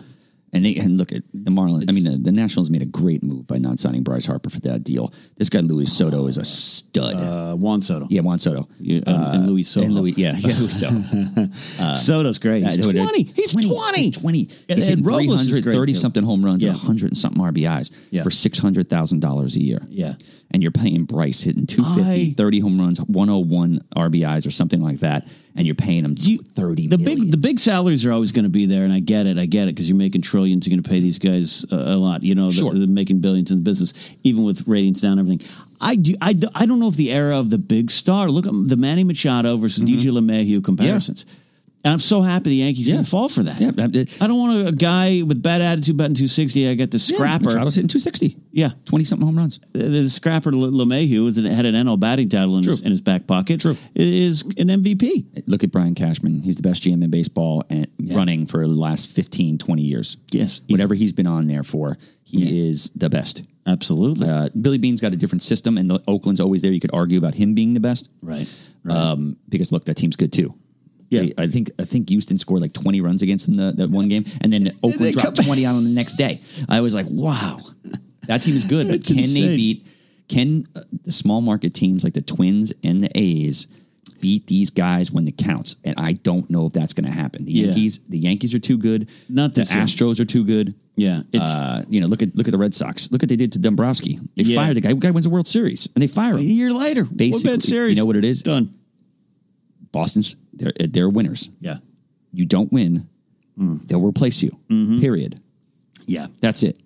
S4: and they and look at the Marlins. I mean, the, the Nationals made a great move by not signing Bryce Harper for that deal. This guy Luis Soto is a stud.
S3: Uh, Juan Soto.
S4: yeah, Juan Soto. Uh,
S3: Yeah, and, and Luis Soto. Uh,
S4: And Louis, yeah, yeah,
S3: [laughs]
S4: Luis Soto.
S3: Soto's great. He's
S4: Yeah, dude,
S3: 20. He's 20.
S4: He's 20.
S3: And-
S4: He's
S3: and
S4: hitting
S3: Robles is great,
S4: 330
S3: too.
S4: something home runs
S3: Yeah.
S4: and 100 and something RBIs
S3: Yeah.
S4: for $600,000 a year.
S3: Yeah.
S4: And you're paying Bryce hitting 250,
S3: I-
S4: 30 home runs, 101 RBIs or something like that. And you're paying him 30
S3: the
S4: million.
S3: big the big salaries are always going to be there, and I get it. I get it because you're making trillions. You're going to pay these guys uh, a lot. You know, they're-
S4: Sure.
S3: they're, making billions in the business, even with ratings down. and Everything. I do. I, do- I don't know if the era of the big star. Look at the Manny Machado versus
S4: Mm-hmm.
S3: DJ LeMahieu comparisons. And I'm so happy the Yankees didn't fall for that.
S4: Yeah, that- that-
S3: I don't want a, a guy with bad attitude betting 260. I get the
S4: Yeah,
S3: scrapper.
S4: Machado's hitting 260.
S3: Yeah.
S4: 20 something home runs.
S3: the, the scrapper Le- LeMahieu was an, had an NL batting title in his,
S4: True.
S3: in his back pocket. True. Is an MVP.
S4: Look at Brian Cashman. He's the best GM in baseball and running for the last 15, 20 years.
S3: Yes.
S4: Whatever he's been on there for, he is the best.
S3: Absolutely.
S4: Uh, Billy Bean's got a different system, and the, Oakland's always there. You could argue about him being the best,
S3: right.
S4: Um, because look, that team's good too.
S3: Yeah.
S4: I think I think Houston scored like twenty runs against them the, that one game, and
S3: [laughs]
S4: then Oakland dropped twenty on them the next day. I was like, wow, that team is good, but
S3: [laughs] That's
S4: can
S3: insane.
S4: they beat? Can uh, the small market teams like the Twins and the A's beat these guys when it counts? And I don't know if that's going to happen. The
S3: Yeah.
S4: Yankees, the Yankees are too good.
S3: Not
S4: the
S3: this year.
S4: Astros are too good.
S3: Yeah, it's-
S4: uh, you know, look at look at the Red Sox. Look what they did to Dombrowski. They
S3: Yeah.
S4: fired the guy. The guy wins a World Series, and they fire
S3: A
S4: him.
S3: year later, what
S4: Basically,
S3: bad series?
S4: you know what it is?
S3: Done.
S4: Boston's they're uh, they're winners.
S3: Yeah,
S4: You don't win,
S3: Hmm.
S4: they'll replace you.
S3: Mm-hmm.
S4: Period.
S3: yeah,
S4: That's it.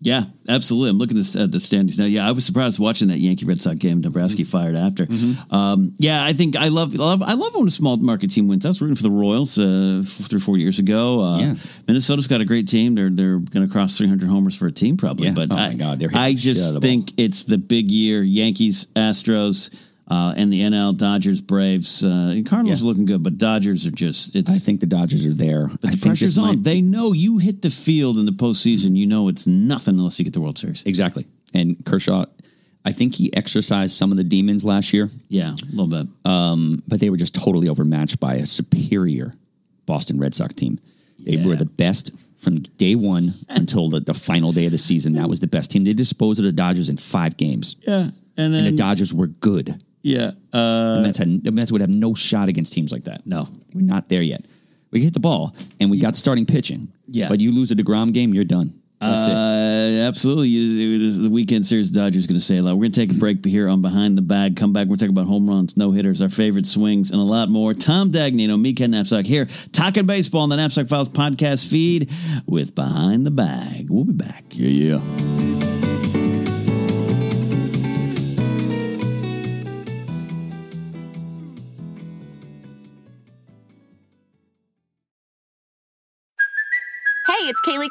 S3: yeah. Absolutely. I'm looking at the, at the standings now. Yeah, I was surprised watching that Yankee Red Sox game.
S4: Mm-hmm.
S3: Nebraska fired after. Um, yeah, I think I love love I love when a small market team wins. I was rooting for the Royals uh, f- three or four years ago. Uh,
S4: Yeah.
S3: Minnesota's got a great team. They're they're going to cross 300 homers for a team probably.
S4: Yeah.
S3: But
S4: Oh my
S3: I,
S4: God, they're hitting
S3: I
S4: the shit out
S3: just
S4: of the
S3: think it's the big year. Yankees, Astros. Uh, and the NL Dodgers, Braves, uh, and Cardinals
S4: Yeah.
S3: are looking good, but Dodgers are just—it's
S4: I think the Dodgers are there.
S3: But
S4: I
S3: the
S4: think this
S3: pressure's on.
S4: might-
S3: They know you hit the field in the postseason. You know it's nothing unless you get the World Series.
S4: exactly. And Kershaw, I think he exercised some of the demons last year,
S3: Yeah, a little bit. Uh,
S4: but they were just totally overmatched by a superior Boston Red Sox team. They were
S3: Yeah.
S4: the best from day one until the, the final day of the season. That was the best team. They disposed of the Dodgers in five games,
S3: yeah, and
S4: and the
S3: then
S4: Dodgers were good.
S3: yeah, uh,
S4: The Mets, had, the Mets would have no shot against teams like that.
S3: No.
S4: we're not there yet. We hit the ball and we got starting pitching.
S3: Yeah.
S4: but you lose a Degrom game, you're done. That's it.
S3: uh, absolutely. You- It is the weekend series. Dodgers going to say a lot. We're going to take a break here on Behind the Bag. Come back. We're talking about home runs, no hitters, our favorite swings, and a lot more. Tom Dagnino, me Ken Knapsack here, talking baseball on the Knapsack Files podcast feed with Behind the Bag. We'll be back. Yeah, yeah.
S6: Hey, it's Kaylee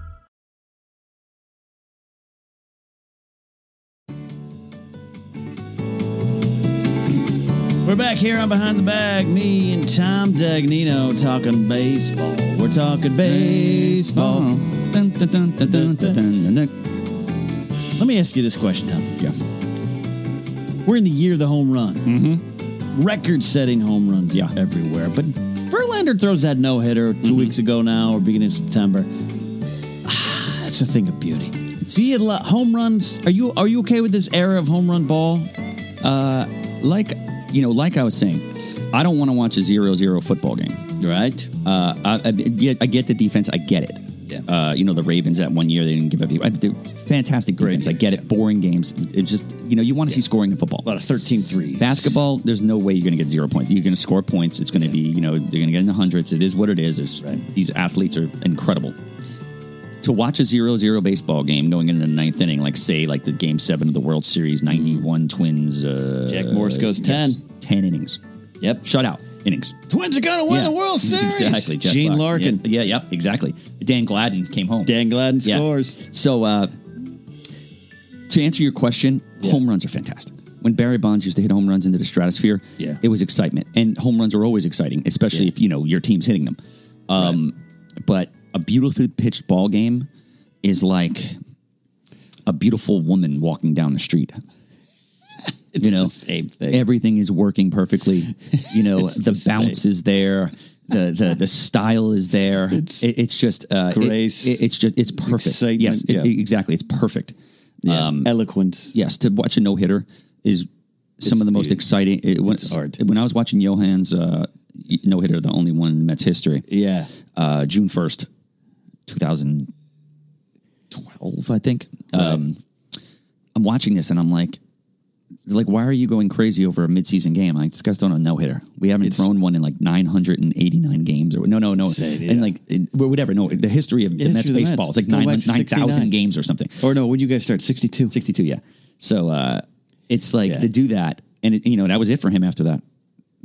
S3: We're back here on Behind the Bag. Me and Tom Dagnino talking baseball. We're talking baseball.
S4: oh. Dun, dun, dun, dun, dun, dun, dun, dun.
S3: Let me ask you this question, Tom.
S4: Yeah.
S3: We're in the year of the home run. Mm-hmm. Record-setting home runs
S4: Yeah.
S3: everywhere. But Verlander throws that no-hitter 2 weeks ago now, or beginning of September. Ah, that's a thing of beauty. Be it lo- home runs. Are you are you okay with this era of home run ball?
S4: Like you know, like I was saying, I don't want to watch a 0-0 football game.
S3: Right.
S4: Uh, I, I, get, I get the defense. I get it.
S3: Yeah.
S4: Uh, you know the Ravens that one year they didn't give up. I, they're fantastic
S3: Great
S4: defense. I
S3: year,
S4: get it. Boring games. It's just you know you want to see scoring in football.
S3: A lot of 13 threes.
S4: Basketball, there's no way you're going to get zero points. You're going to score points. It's going to be, you know, you're going to get in the hundreds. It is what it is. It's-
S3: Right.
S4: These athletes are incredible. To watch a zero-zero baseball game going into the ninth inning, like say, like the game seven of the World Series, 91 Twins. Uh,
S3: Mm-hmm. Jack Morris goes 10.
S4: 10 innings.
S3: Yep.
S4: Shutout. innings.
S3: Twins are going to win the [laughs] World Series.
S4: [laughs] Exactly. Jeff
S3: Gene
S4: Lock.
S3: Larkin.
S4: Yeah, yeah, yep, exactly. Dan Gladden came home.
S3: Dan Gladden
S4: Yeah.
S3: scores.
S4: So, uh, to answer your question, home runs are fantastic. When Barry Bonds used to hit home runs into the stratosphere,
S3: Yeah.
S4: it was excitement. And home runs are always exciting, especially if you know your team's hitting them. Um, But a beautifully pitched ball game is like a beautiful woman walking down the street.
S3: It's
S4: you know,
S3: the same thing.
S4: Everything is working perfectly. You know, the,
S3: the
S4: bounce
S3: same.
S4: is there. The, the the style is there. It's, it, it's just uh, it-
S3: grace,
S4: it- it's just it's perfect.
S3: excitement,
S4: yes, it- e,
S3: yeah.
S4: exactly. It's perfect.
S3: Yeah.
S4: Um,
S3: Eloquence.
S4: yes, to watch a no hitter is some
S3: It's
S4: of the most
S3: beautiful.
S4: exciting. It, when,
S3: It's art.
S4: when I was watching Johan's uh, no hitter, the only one in Mets history,
S3: Yeah.
S4: uh, June first, two thousand twelve, I think. Um, I'm watching this and I'm like, like, why are you going crazy over a midseason game? Like this guy's throwing a no hitter. We haven't
S3: It's-
S4: thrown one in like 989 games or no, no, no,
S3: Insane, yeah.
S4: and like it- well, whatever. No, the history of the,
S3: history
S4: Mets
S3: of the
S4: baseball.
S3: Mets.
S4: It's like
S3: Go
S4: nine
S3: back to
S4: nine
S3: 69.
S4: thousand games or something.
S3: Or no, when would you guys start? 62.
S4: 62, yeah. So uh, it's like
S3: Yeah.
S4: to do that, and it, you know that was it for him after that.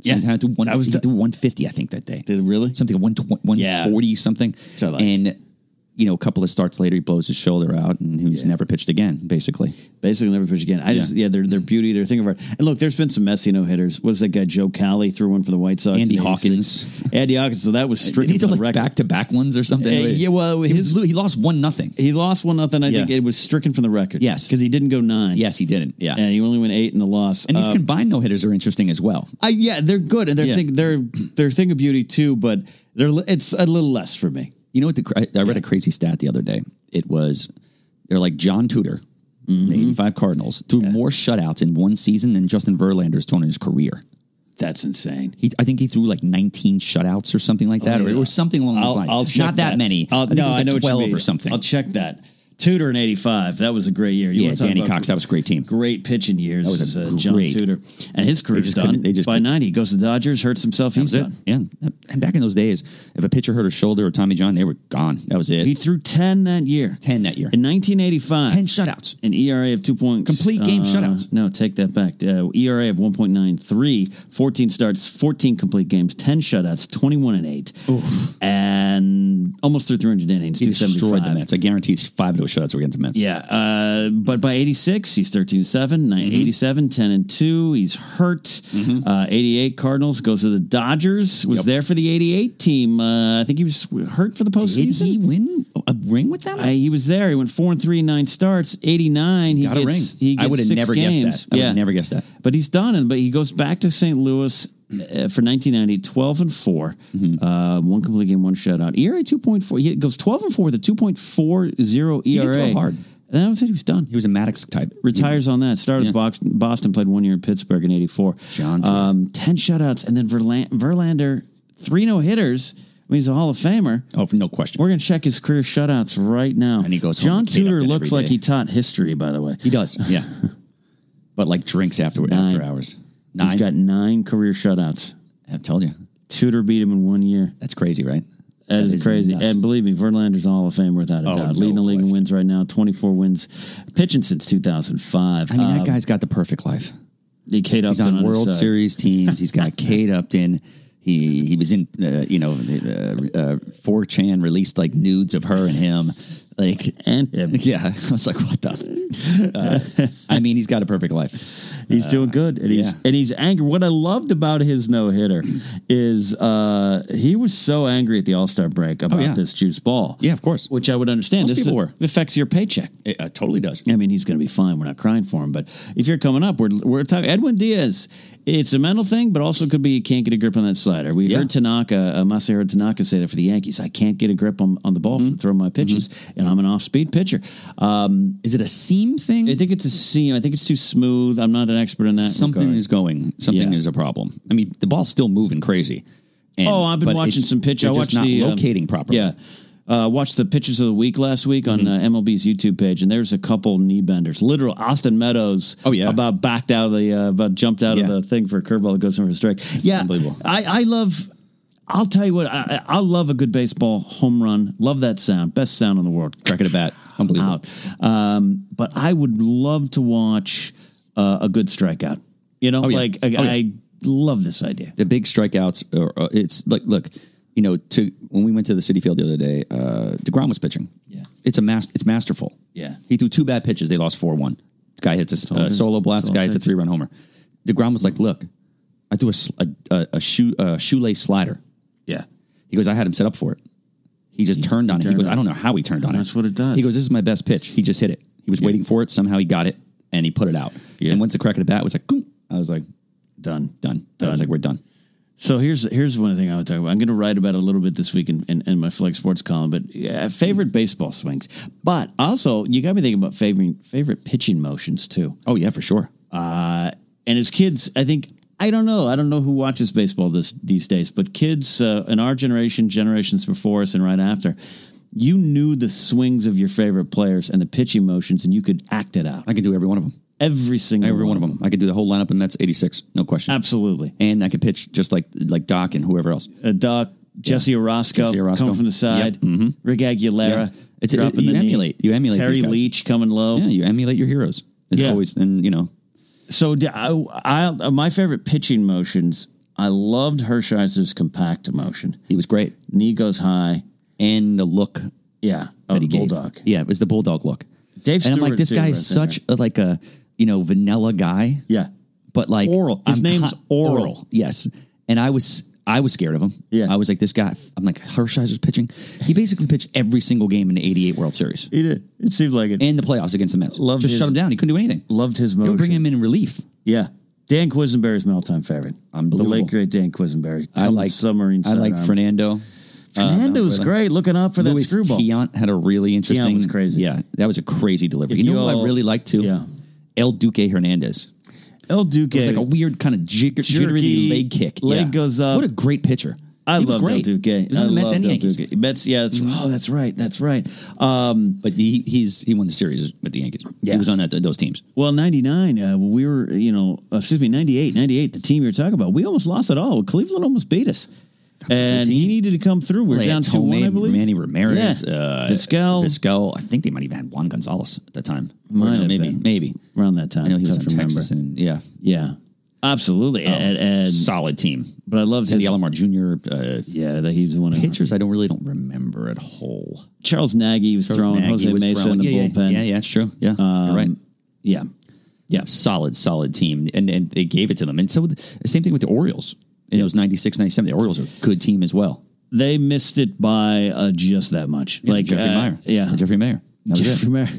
S3: Yeah.
S4: Sometime to one,
S3: That was the-
S4: to 150, I think that day
S3: Did it really?
S4: something 120, 140 something.
S3: So like-
S4: and you know, a couple of starts later, he blows his shoulder out, and he's
S3: Yeah.
S4: never pitched again. Basically,
S3: Basically, never pitch again. I just,
S4: Yeah.
S3: yeah, their, their beauty, their thing of art. And look, there's been some messy no hitters. What is that guy, Joe Cowley, threw one for the White Sox?
S4: Andy
S3: in 86.
S4: Hawkins.
S3: Andy Hawkins. So that was
S4: did he
S3: stricken
S4: do
S3: from the
S4: like
S3: record.
S4: back to back ones or something?
S3: Uh, yeah, well,
S4: he,
S3: his-
S4: was, lo- he lost one nothing.
S3: He lost one nothing. I think
S4: Yeah.
S3: it was stricken from the record.
S4: Yes.
S3: because he didn't go nine.
S4: Yes, he didn't. Yeah,
S3: and he only went eight in the loss.
S4: and these
S3: Uh,
S4: combined no hitters are interesting as well.
S3: I, yeah, they're good and they're
S4: Yeah.
S3: thing, they're they're thing of beauty too, but they're li- it's a little less for me.
S4: You know what? The, cra- I, I read a crazy stat the other day. It was they're like John Tudor, the eighty-five Cardinals, threw more shutouts in one season than Justin Verlander's thrown in his career.
S3: That's insane.
S4: He, I think he threw like 19 shutouts or something like that, or,
S3: Oh, yeah.
S4: or something along those lines. Not that, many.
S3: I'll,
S4: I think
S3: no,
S4: it was
S3: I
S4: like
S3: know what you
S4: 12
S3: mean.
S4: or something.
S3: I'll check that. Tudor in '85. That was a great year. You
S4: yeah,
S3: wanna talk
S4: Danny
S3: about
S4: Cox. That was a great team.
S3: Great pitching years. That
S4: was a
S3: was uh, John
S4: great-
S3: Tudor, and his career's
S4: just
S3: done.
S4: couldn't- they just
S3: By
S4: couldn't-
S3: '90, he goes to the Dodgers, hurts himself.
S4: That
S3: He's
S4: was it.
S3: done.
S4: Yeah, and back in those days, if a pitcher hurt his shoulder or Tommy John, they were gone. That was it.
S3: He threw ten that year.
S4: 10 that year.
S3: in 1985.
S4: Ten shutouts.
S3: an ERA of two points.
S4: Complete game shutouts.
S3: No, take that back. Uh, ERA of 1.93, 14 starts, 14 complete games, 10 shutouts, 21 and 8. And almost through 300 innings,
S4: He destroyed
S3: 275.
S4: the Mets. I guarantee it's five of those shutouts were against the Mets.
S3: Yeah. Uh, but by 86, he's 13 7,
S4: Mm-hmm.
S3: 87, 10 and 2. He's hurt. Uh, 88 Cardinals goes to the Dodgers, was
S4: Yep.
S3: there for the 88 team. Uh, I think he was hurt for the postseason.
S4: Did he win a ring with them?
S3: I, he was there. He went four and three, nine starts, eighty nine. He
S4: Got
S3: gets,
S4: a ring.
S3: He
S4: I
S3: gets
S4: would have
S3: six
S4: never
S3: games.
S4: guessed that. I would
S3: yeah,
S4: have never guessed that.
S3: But he's done, and but he goes back to St. Louis uh, for 1990, 12 and 4
S4: Mm-hmm.
S3: uh, one complete game, one shutout. ERA two point four. He goes twelve and four with a two point four zero
S4: did
S3: ERA.
S4: throw hard.
S3: And that was it. He was done.
S4: He was a Maddox type.
S3: Retires on that. Started with
S4: Yeah.
S3: Boston, Boston, played one year in Pittsburgh in '84.
S4: John Tudor.
S3: um, ten shutouts, and then Verlan- Verlander three no hitters. I mean, he's a Hall of Famer.
S4: Oh, no question.
S3: We're going to check his career shutouts right now.
S4: And he goes home
S3: John
S4: and Kate
S3: Tudor
S4: Upton every
S3: looks like
S4: day.
S3: he taught history, by the way.
S4: he does.
S3: [laughs]
S4: Yeah. but like drinks after after hours. 9
S3: He's got nine career shutouts.
S4: I told you.
S3: Tudor beat him in one year.
S4: That's crazy, right?
S3: That is, crazy.
S4: nuts.
S3: And believe me, Verlander's a Hall of Famer without a
S4: Oh,
S3: doubt.
S4: no
S3: Leading the league in
S4: question.
S3: wins right now, 24 wins, pitching since 2005.
S4: I mean, that
S3: Um,
S4: guy's got the perfect life.
S3: he Kate
S4: He's
S3: Upton his
S4: on World
S3: side. [laughs]
S4: Series teams. He's got Kate Upton. He he was in uh, you know uh, uh, 4chan released like nudes of her and him, like [laughs]
S3: And him.
S4: yeah. I was like, what the? Uh, I mean, he's got a perfect life.
S3: He's doing good, and he's
S4: Uh, yeah.
S3: and he's angry. What I loved about his no hitter is uh, he was so angry at the All Star break about
S4: Oh, yeah.
S3: this juice ball.
S4: Yeah, of course.
S3: Which I would understand.
S4: Most
S3: this
S4: people were.
S3: affects your paycheck.
S4: It uh, totally does.
S3: I mean, he's going to be fine. We're not crying for him. But if you're coming up, we're we're talking Edwin Diaz. It's a mental thing, but also could be you can't get a grip on that slider. We
S4: Yeah.
S3: heard Tanaka, uh, Masahiro Tanaka, say that for the Yankees. I can't get a grip on, on the ball
S4: Mm-hmm.
S3: from throwing my pitches, and I'm an off speed pitcher. Um,
S4: Is it a seam thing? Uh,
S3: I think it's a seam. I think it's too smooth. I'm not an expert in that.
S4: something
S3: regard.
S4: is going. Something
S3: Yeah.
S4: is a problem. I mean, the ball's still moving crazy. And-
S3: oh, I've been
S4: but
S3: watching
S4: it's-
S3: some pitch.
S4: They're
S3: I
S4: just
S3: watched
S4: not
S3: the um,
S4: locating properly. Mm-hmm.
S3: Yeah, uh, watched the pitches of the week last week on uh, MLB's YouTube page, and there's a couple knee benders. Literal Austin Meadows.
S4: Oh, yeah.
S3: about backed out of the uh, about jumped out
S4: Yeah.
S3: of the thing for a curveball that goes in for a strike. yeah,
S4: unbelievable.
S3: I I love. I'll tell you what. I, I I love a good baseball home run. Love that sound. Best sound in the world
S4: crack it a bat. Unbelievable.
S3: out. Um, but I would love to watch uh, a good strikeout. You know,
S4: yeah.
S3: like a
S4: Oh, yeah.
S3: guy love this idea.
S4: the big strikeouts are, uh, it's like look you know to when we went to the city field the other day uh DeGrom was pitching
S3: Yeah.
S4: it's a mas- it's masterful
S3: Yeah.
S4: he threw two bad pitches they lost 4-1 the guy hits a s- uh, solo blast the guy hits a three run homer DeGrom was like look I threw a sl- a, a, a shoe a shoelace slider
S3: Yeah.
S4: he goes I had him set up for it he just turned on it he
S3: turned
S4: goes
S3: on
S4: I
S3: it.
S4: don't know how he turned on it
S3: That's what it does.
S4: he goes this is my best pitch he just hit it he was waiting for it somehow he got it and he put it out
S3: Yeah.
S4: and once the crack of the bat was like "Goom," I was like
S3: Done.
S4: done I
S3: Done.
S4: was like we're done
S3: So here's here's one thing I would talk about. I'm going to write about it a little bit this week in, in, in my Flex Sports column, but yeah, favorite baseball swings. But also, you got me thinking about favoring favorite pitching motions too.
S4: oh yeah for sure
S3: Uh, and as kids, I think I don't know. I don't know who watches baseball this these days, but kids uh, in our generation, generations before us, and right after, you knew the swings of your favorite players and the pitching motions, and you could act it out.
S4: I could do every one of them.
S3: Every single
S4: Every one of them. I could do the whole lineup in Mets 86, no question.
S3: Absolutely.
S4: And I could pitch just like like Doc and whoever else.
S3: uh, Doc, Jesse Orozco,
S4: Jesse Orozco.
S3: coming from the side,
S4: Yep. Mhm.
S3: Rick Aguilera.
S4: Yeah. It's- it-
S3: dropping
S4: you
S3: the knee.
S4: emulate- you emulate
S3: Terry
S4: these guys.
S3: Leach coming low.
S4: Yeah, you emulate your heroes. It's
S3: Oh. Yeah.
S4: always and you know,
S3: So d- I, I- uh, my favorite pitching motions. I loved Hershiser's compact motion.
S4: he was great.
S3: Knee goes high.
S4: And the look
S3: Yeah,
S4: that
S3: of
S4: he gave.
S3: Oh, bulldog.
S4: Yeah, it was the bulldog look.
S3: Dave
S4: and I'm like,
S3: Stewart,
S4: this
S3: too,
S4: guy
S3: right
S4: is such a, like a you know vanilla guy.
S3: Yeah,
S4: But like
S3: Oral. His
S4: I'm
S3: name's Oral.
S4: Yes. And I was I was scared of him.
S3: Yeah.
S4: I was like, this guy. I'm like, Hershiser's pitching. He basically pitched every single game in the '88 World Series
S3: he did. It seemed like it.
S4: and the playoffs against the Mets.
S3: Loved
S4: Just
S3: his-
S4: shut him down. He couldn't do anything.
S3: loved his
S4: They
S3: motion.
S4: would bring him in relief.
S3: Yeah, Dan Quisenberry's my all-time favorite.
S4: Unbelievable.
S3: The late great Dan Quisenberry.
S4: I
S3: Coming
S4: like
S3: submarine.
S4: I liked
S3: sidearm.
S4: Fernando.
S3: Fernando
S4: Uh,
S3: was great. Looking up for
S4: Luis
S3: that screwball.
S4: Tiant had a really interesting.
S3: was crazy.
S4: Yeah, that was a crazy delivery.
S3: If
S4: you know
S3: you
S4: who
S3: all-
S4: I really liked too?
S3: Yeah.
S4: El Duque Hernandez.
S3: El Duque.
S4: It was like a weird kind of jig-
S3: Jerky,
S4: jittery leg kick.
S3: leg goes up.
S4: What a great pitcher.
S3: I
S4: He was
S3: love
S4: great.
S3: Del Duque.
S4: He was
S3: I
S4: on the Mets
S3: love
S4: and
S3: Del
S4: Yankees. Mm-hmm.
S3: Duque. Mets, yeah. That's, Oh, that's right. That's right. Um,
S4: But he, he's he won the series with the Yankees.
S3: Yeah.
S4: He was on that, those teams.
S3: well, 99, uh, we were, you know, uh, excuse me, 98, 98, the team you're talking about, we almost lost it all. Cleveland almost beat us. And he needed to come through. We were
S4: They
S3: down
S4: had
S3: 2 1, I
S4: Tomei,
S3: believe.
S4: Manny Ramirez,
S3: Yeah.
S4: uh,
S3: Vizquel.
S4: Vizquel. I think they might even had Juan Gonzalez at that time. Or
S3: Might
S4: no,
S3: have
S4: maybe,
S3: been.
S4: maybe.
S3: Around that time.
S4: I know he was
S3: Tough
S4: in
S3: to remember.
S4: Texas, and Oh, yeah,
S3: Yeah. Absolutely. and, and-
S4: solid team.
S3: but I loved his.
S4: Sandy Alomar Jr. Uh,
S3: Yeah, that he was the one. I remember.
S4: pitchers I don't really don't remember at whole.
S3: Charles Nagy was
S4: Charles
S3: throwing
S4: Nagy
S3: Jose
S4: was
S3: Mesa
S4: throwing-
S3: in the
S4: yeah,
S3: bullpen.
S4: Yeah, yeah, yeah, it's true. Yeah, you're right.
S3: Yeah.
S4: Um, Yeah, solid, solid team, and and they gave it to them. And so the same thing with the Orioles. In those 96, 97, the Orioles are a good team as well.
S3: They missed it by uh, just that much.
S4: Yeah,
S3: like
S4: Jeffrey
S3: uh,
S4: Mayer.
S3: Yeah.
S4: Jeffrey Mayer. That was
S3: Jeffrey
S4: it.
S3: Mayer.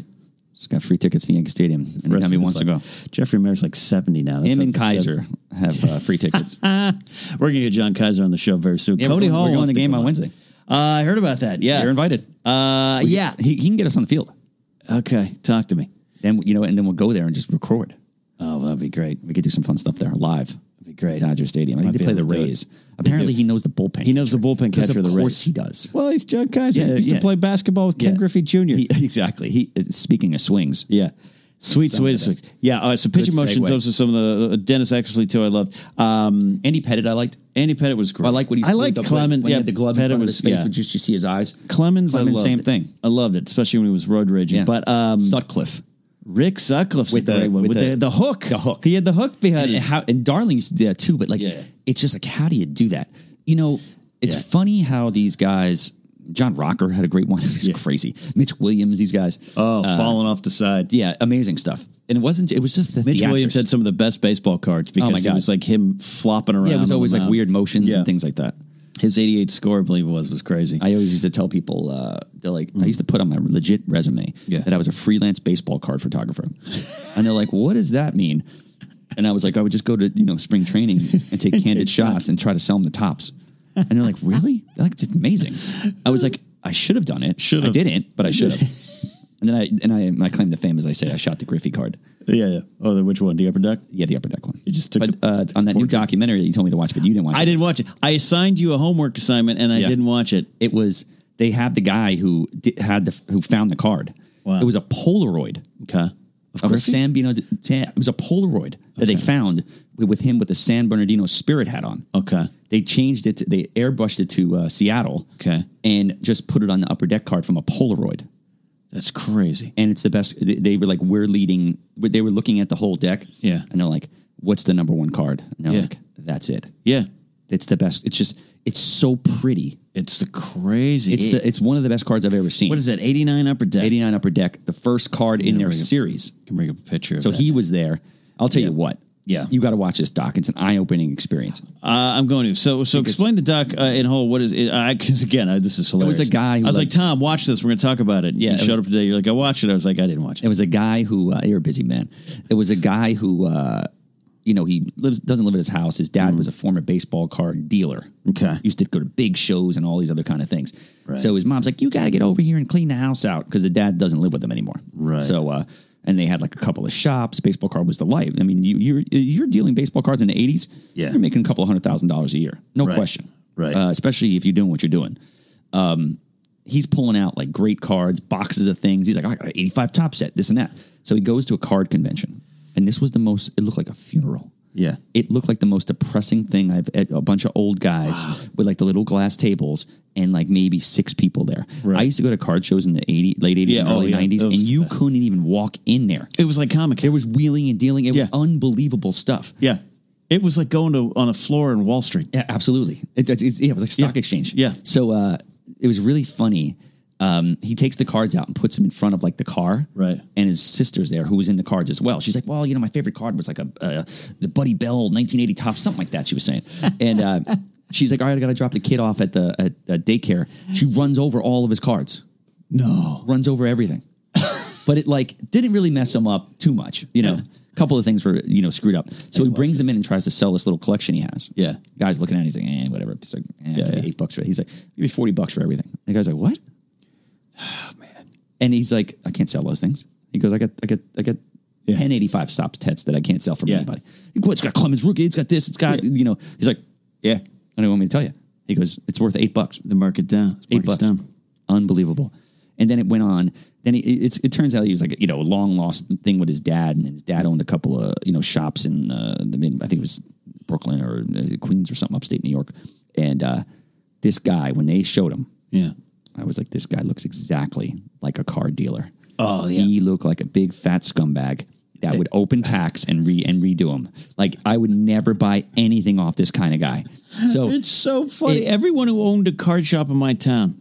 S4: Just got free tickets to Yankee Stadium anytime he
S3: Rest
S4: wants
S3: of
S4: to go.
S3: his life. Jeffrey Mayer's like 70 now. That's
S4: Him and
S3: up his
S4: Kaiser
S3: dead-
S4: have uh, free [laughs] tickets.
S3: We're going to get John Kaiser on the show very soon.
S4: Yeah, we're
S3: Cody
S4: going-
S3: Hall
S4: we're going
S3: wants
S4: to
S3: to
S4: the game
S3: come
S4: on Wednesday.
S3: Uh, I heard about that. Yeah.
S4: You're invited.
S3: Uh, yeah.
S4: he, he can get us on the field.
S3: Okay. Talk to me.
S4: Then you know, and then we'll go there and just record.
S3: Oh, well, that'd be great.
S4: We could do some fun stuff there live.
S3: That'd be great.
S4: Dodger Stadium. I
S3: Might be
S4: think they play the
S3: able to do it.
S4: Rays. Apparently,
S3: do.
S4: he knows the bullpen.
S3: He knows the bullpen
S4: Because
S3: catcher of
S4: Of
S3: the Rays.
S4: course, he does.
S3: Well, he's John Kaiser.
S4: Yeah,
S3: he used
S4: yeah.
S3: to play basketball with Ken
S4: Yeah.
S3: Griffey Jr.
S4: He- [laughs] exactly. He uh, speaking of swings.
S3: Yeah. Sweet,
S4: Some of
S3: sweet,
S4: the
S3: sweet. Yeah. All right. So pitching
S4: Good
S3: motions.
S4: segue.
S3: Those are some of the uh, Dennis Eckersley too. I loved. Um,
S4: Andy Pettit, I liked.
S3: Andy Pettit was great.
S4: Oh, I like what he.
S3: I like
S4: the-
S3: Clement.
S4: When
S3: yeah,
S4: he had the glove in
S3: Pettit
S4: front
S3: was
S4: of his face,
S3: yeah.
S4: would just you see his eyes.
S3: Clemens, I
S4: Clemens,
S3: loved
S4: same
S3: it.
S4: thing.
S3: I loved it, especially when he was road raging.
S4: Yeah.
S3: But um,
S4: Sutcliffe.
S3: Rick Sutcliffe's
S4: With
S3: a
S4: the-
S3: great one
S4: with
S3: with the,
S4: the-
S3: the hook.
S4: the hook.
S3: He had the hook behind
S4: and,
S3: his.
S4: how and Darling used to do that too. But like,
S3: Yeah.
S4: it's just like, how do you do that? You know, it's
S3: Yeah.
S4: funny how these guys. John Rocker had a great one. [laughs] He's
S3: Yeah.
S4: crazy. Mitch Williams, these guys.
S3: oh,
S4: Uh,
S3: falling off the side.
S4: yeah, amazing stuff. And it wasn't. It was just the
S3: Mitch Williams
S4: theatrics.
S3: had some of the best baseball cards
S4: my
S3: because it
S4: God.
S3: was like him flopping around.
S4: Yeah, it was
S3: on the
S4: always like
S3: mound.
S4: weird motions
S3: Yeah.
S4: and things like that.
S3: His eighty-eight score, I believe it was, was crazy.
S4: I always used to tell people, uh, they're like, I used to put on my legit resume
S3: Mm. Yeah.
S4: that I was a freelance baseball card photographer. and they're like, what does that mean? And I was like, I would just go to, you know, spring training
S3: [laughs]
S4: and take candid shots and try to sell them the tops. And they're like, really? They're like, it's amazing. I was like, I should have done it. Should I
S3: have.
S4: didn't, but I should have. and then I, and I, my claim to fame is I say I shot the Griffey card.
S3: yeah, yeah. Oh, the, which one? The upper deck.
S4: Yeah, the upper deck one.
S3: You just took
S4: but,
S3: the-
S4: uh,
S3: took
S4: on
S3: the
S4: that new
S3: portrait.
S4: documentary that you told me to watch, but you didn't watch
S3: I
S4: it.
S3: didn't watch it. I assigned you a homework assignment, and I
S4: Yeah.
S3: didn't watch it.
S4: it was they had the guy who di had the who found the card.
S3: Wow.
S4: It was a Polaroid
S3: Okay.
S4: of a San Bernardino. It was a Polaroid that they found with with him with the San Bernardino Spirit hat on.
S3: Okay.
S4: They changed it. To, they airbrushed it to uh, Seattle.
S3: Okay.
S4: And just put it on the upper deck card from a Polaroid.
S3: That's crazy.
S4: And it's the best. They, they were like, we're leading. They were looking at the whole deck.
S3: Yeah.
S4: And they're like, what's the number one card? And they're
S3: Yeah.
S4: like, That's it.
S3: Yeah.
S4: It's the best. It's just it's so pretty.
S3: It's the crazy.
S4: It's the it's one of the best cards I've ever seen.
S3: what is that? 89 upper deck.
S4: 89 upper deck, the first card in their
S3: bring it-
S4: series.
S3: Can bring up a picture. Of
S4: So
S3: that.
S4: he was there. I'll tell you what.
S3: Yeah.
S4: You got to watch this doc. It's an eye-opening experience.
S3: Uh, I'm going to. So, so explain the doc uh, in whole. What is it? Because again, I, this is hilarious.
S4: was a guy who,
S3: I was like,
S4: like-
S3: Tom, watch this. We're going to talk about it.
S4: Yeah,
S3: You
S4: it
S3: showed
S4: was-
S3: up today. You're like, I watched it. I was like, I didn't watch
S4: It
S3: it.
S4: was a guy who uh, you're a busy man. It was a guy who uh, you know he lives doesn't live at his house. His dad was a former baseball card dealer.
S3: Mm. Okay.
S4: used to go to big shows and all these other kind of things.
S3: Right.
S4: So his mom's like, "You got to get over here and clean the house out," because the dad doesn't live with them anymore.
S3: Right.
S4: So. uh and they had like a couple of shops. Baseball card was the life. I mean, you, you're you're dealing baseball cards in the '80s.
S3: Yeah.
S4: you're making a couple of hundred thousand dollars a year, no
S3: Right.
S4: question.
S3: Right.
S4: Uh, especially if you're doing what you're doing he's pulling out like great cards, boxes of things. He's like, oh, I got an 85 top set, this and that. So he goes to a card convention. And this was the most, it looked like a funeral.
S3: Yeah.
S4: It looked like the most depressing thing I've at a bunch of old guys with like the little glass tables and like maybe six people there.
S3: Right.
S4: I used to go to card shows in the 80, late 80s,
S3: Yeah,
S4: and
S3: oh,
S4: early
S3: yeah.
S4: 90s,
S3: Those-
S4: and
S3: [laughs]
S4: you couldn't even walk in there.
S3: It was like comic.
S4: There was wheeling and dealing. It
S3: Yeah.
S4: was unbelievable stuff.
S3: yeah. It was like going to on a floor in Wall Street.
S4: Yeah, absolutely. It, it's, it's- yeah, it was like stock
S3: Yeah.
S4: exchange.
S3: Yeah.
S4: So uh, it was really funny. Um, he takes the cards out and puts them in front of like the car.
S3: Right.
S4: And his sister's there who was in the cards as well. She's like, well, you know, my favorite card was like a, uh, the Buddy Bell 1980 top, something like that. She
S3: [laughs]
S4: was saying. And uh, she's like, all right, I got to drop the kid off at the at, at daycare. She runs over all of his cards
S3: No.
S4: runs
S3: [laughs]
S4: over everything. but it like didn't really mess him up too much. You know, a couple of things were you know screwed up. So he brings him in and tries to sell this little collection he has.
S3: Yeah.
S4: guy's looking at it, he's like, eh, whatever. It's like, eh,
S3: Yeah,
S4: give me
S3: yeah.
S4: eight bucks for it. He's like, give me forty bucks for everything. And the guy's like, what? Oh man.
S3: Oh,
S4: And he's like, I can't sell those things. He goes, I got, I got, I got.
S3: Yeah.
S4: 1085 stops tets that I can't sell from
S3: Yeah.
S4: anybody. He goes, It's got Clemens rookie. It's got this. It's got,
S3: Yeah.
S4: you know, he's like,
S3: Yeah.
S4: I don't want me to tell you. He goes, It's worth eight bucks
S3: The market down.
S4: eight bucks.
S3: Down.
S4: Unbelievable. And then it went on. Then he, it's, it turns out he was like you know a long lost thing with his dad, and his dad owned a couple of you know shops in uh, the mid, I think it was Brooklyn or uh, Queens or something, upstate New York. And uh, this guy, when they showed him,
S3: Yeah.
S4: I was like, this guy looks exactly like a car dealer.
S3: Oh, yeah.
S4: He looked like a big fat scumbag that would open packs and re and redo them. Like I would never buy anything off this kind of guy.
S3: [laughs]
S4: So
S3: It's so funny.
S4: It-
S3: Everyone who owned a card shop in my town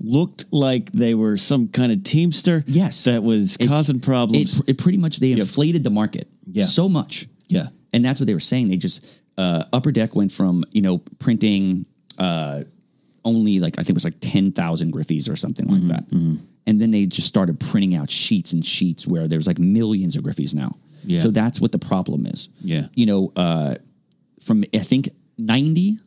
S3: looked like they were some kind of teamster.
S4: Yes.
S3: That was
S4: It-
S3: causing problems.
S4: It, it pretty much they inflated the market
S3: Yeah.
S4: so much.
S3: Yeah.
S4: And that's what they were saying. They just uh, upper deck went from, you know, printing uh, only like I think it was like 10,000 Griffies or something
S3: Mm-hmm,
S4: like that. And then they just started printing out sheets and sheets where there's like millions of Griffies now.
S3: Yeah.
S4: So that's what the problem is.
S3: Yeah.
S4: You know, uh, from I think 90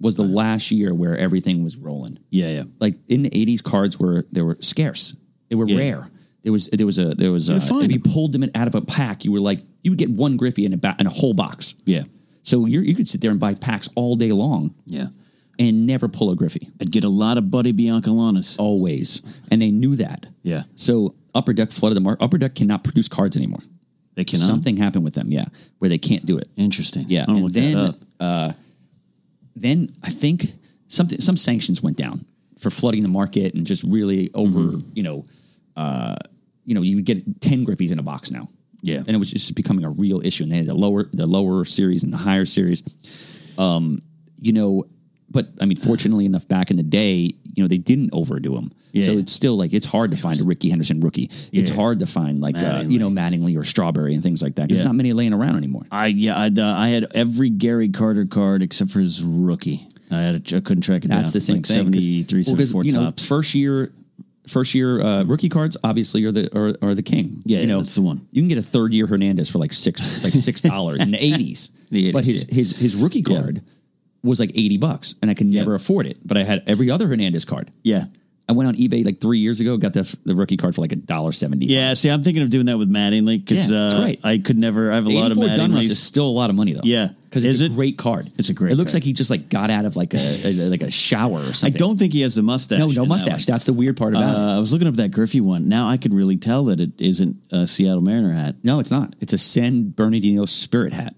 S4: was the last year where everything was rolling
S3: yeah. Yeah.
S4: like in the 80s cards were they were scarce they were
S3: Yeah.
S4: rare there was there was a there was a,
S3: find
S4: if you
S3: them.
S4: pulled them out of a pack you were like you would get one griffey in a ba- in a whole box
S3: Yeah.
S4: so you you could sit there and buy packs all day long
S3: Yeah.
S4: and never pull a griffey
S3: I'd get a lot of Buddy Biancalanas.
S4: always and they knew that
S3: Yeah.
S4: so upper deck flooded the market upper deck cannot produce cards anymore
S3: They cannot.
S4: something happened with them yeah where they can't do it
S3: Interesting.
S4: Yeah,
S3: I'm gonna
S4: and
S3: look
S4: then
S3: that up.
S4: Uh, then I think something some sanctions went down for flooding the market and just really over
S3: Mm-hmm.
S4: you know uh, you know you would get ten Griffies in a box now.
S3: Yeah.
S4: and it was just becoming a real issue. And they had the lower the lower series and the higher series. Um, you know, but I mean, fortunately enough, back in the day, you know, they didn't overdo them.
S3: Yeah.
S4: So it's still like it's hard to find a Ricky Henderson rookie. It's
S3: Yeah.
S4: hard to find like uh, you know Mattingly or Strawberry and things like that. There's
S3: Yeah.
S4: not many laying around anymore.
S3: I yeah I'd, uh, I had every Gary Carter card except for his rookie. I had a, I couldn't track it down.
S4: That's the same
S3: like
S4: thing. 'cause-
S3: 73,
S4: well, 'cause,
S3: 74
S4: you know,
S3: tops.
S4: first year, first year uh, rookie cards obviously are the are, are the king.
S3: Yeah,
S4: you know,
S3: that's the one.
S4: You can get a third year Hernandez for like six like
S3: [laughs]
S4: six dollars in the eighties.
S3: The 80s,
S4: But his
S3: yeah.
S4: his his rookie
S3: Yeah.
S4: card was like eighty bucks, and I could never afford it. But I had every other Hernandez card.
S3: yeah.
S4: I went on eBay like three years ago, got the the rookie card for like a dollar seventy.
S3: Yeah, see, I'm thinking of doing that with Mattingly because
S4: Yeah, that's
S3: uh,
S4: right.
S3: I could never. I have a lot of
S4: 84 Dunruss is
S3: Mattingly.
S4: still a lot of money though.
S3: Yeah.
S4: because it's
S3: Is
S4: a
S3: it?
S4: great card.
S3: It's a great
S4: It looks
S3: card.
S4: like he just like got out of like a, a like a shower or
S3: I
S4: something.
S3: don't think he has the mustache.
S4: No,
S3: in that
S4: no
S3: one.
S4: mustache. That's the weird part about it.
S3: Uh, I was looking up that Griffey one. Now I can really tell that it isn't a Seattle Mariner hat.
S4: No, it's not. It's a San Bernardino spirit hat.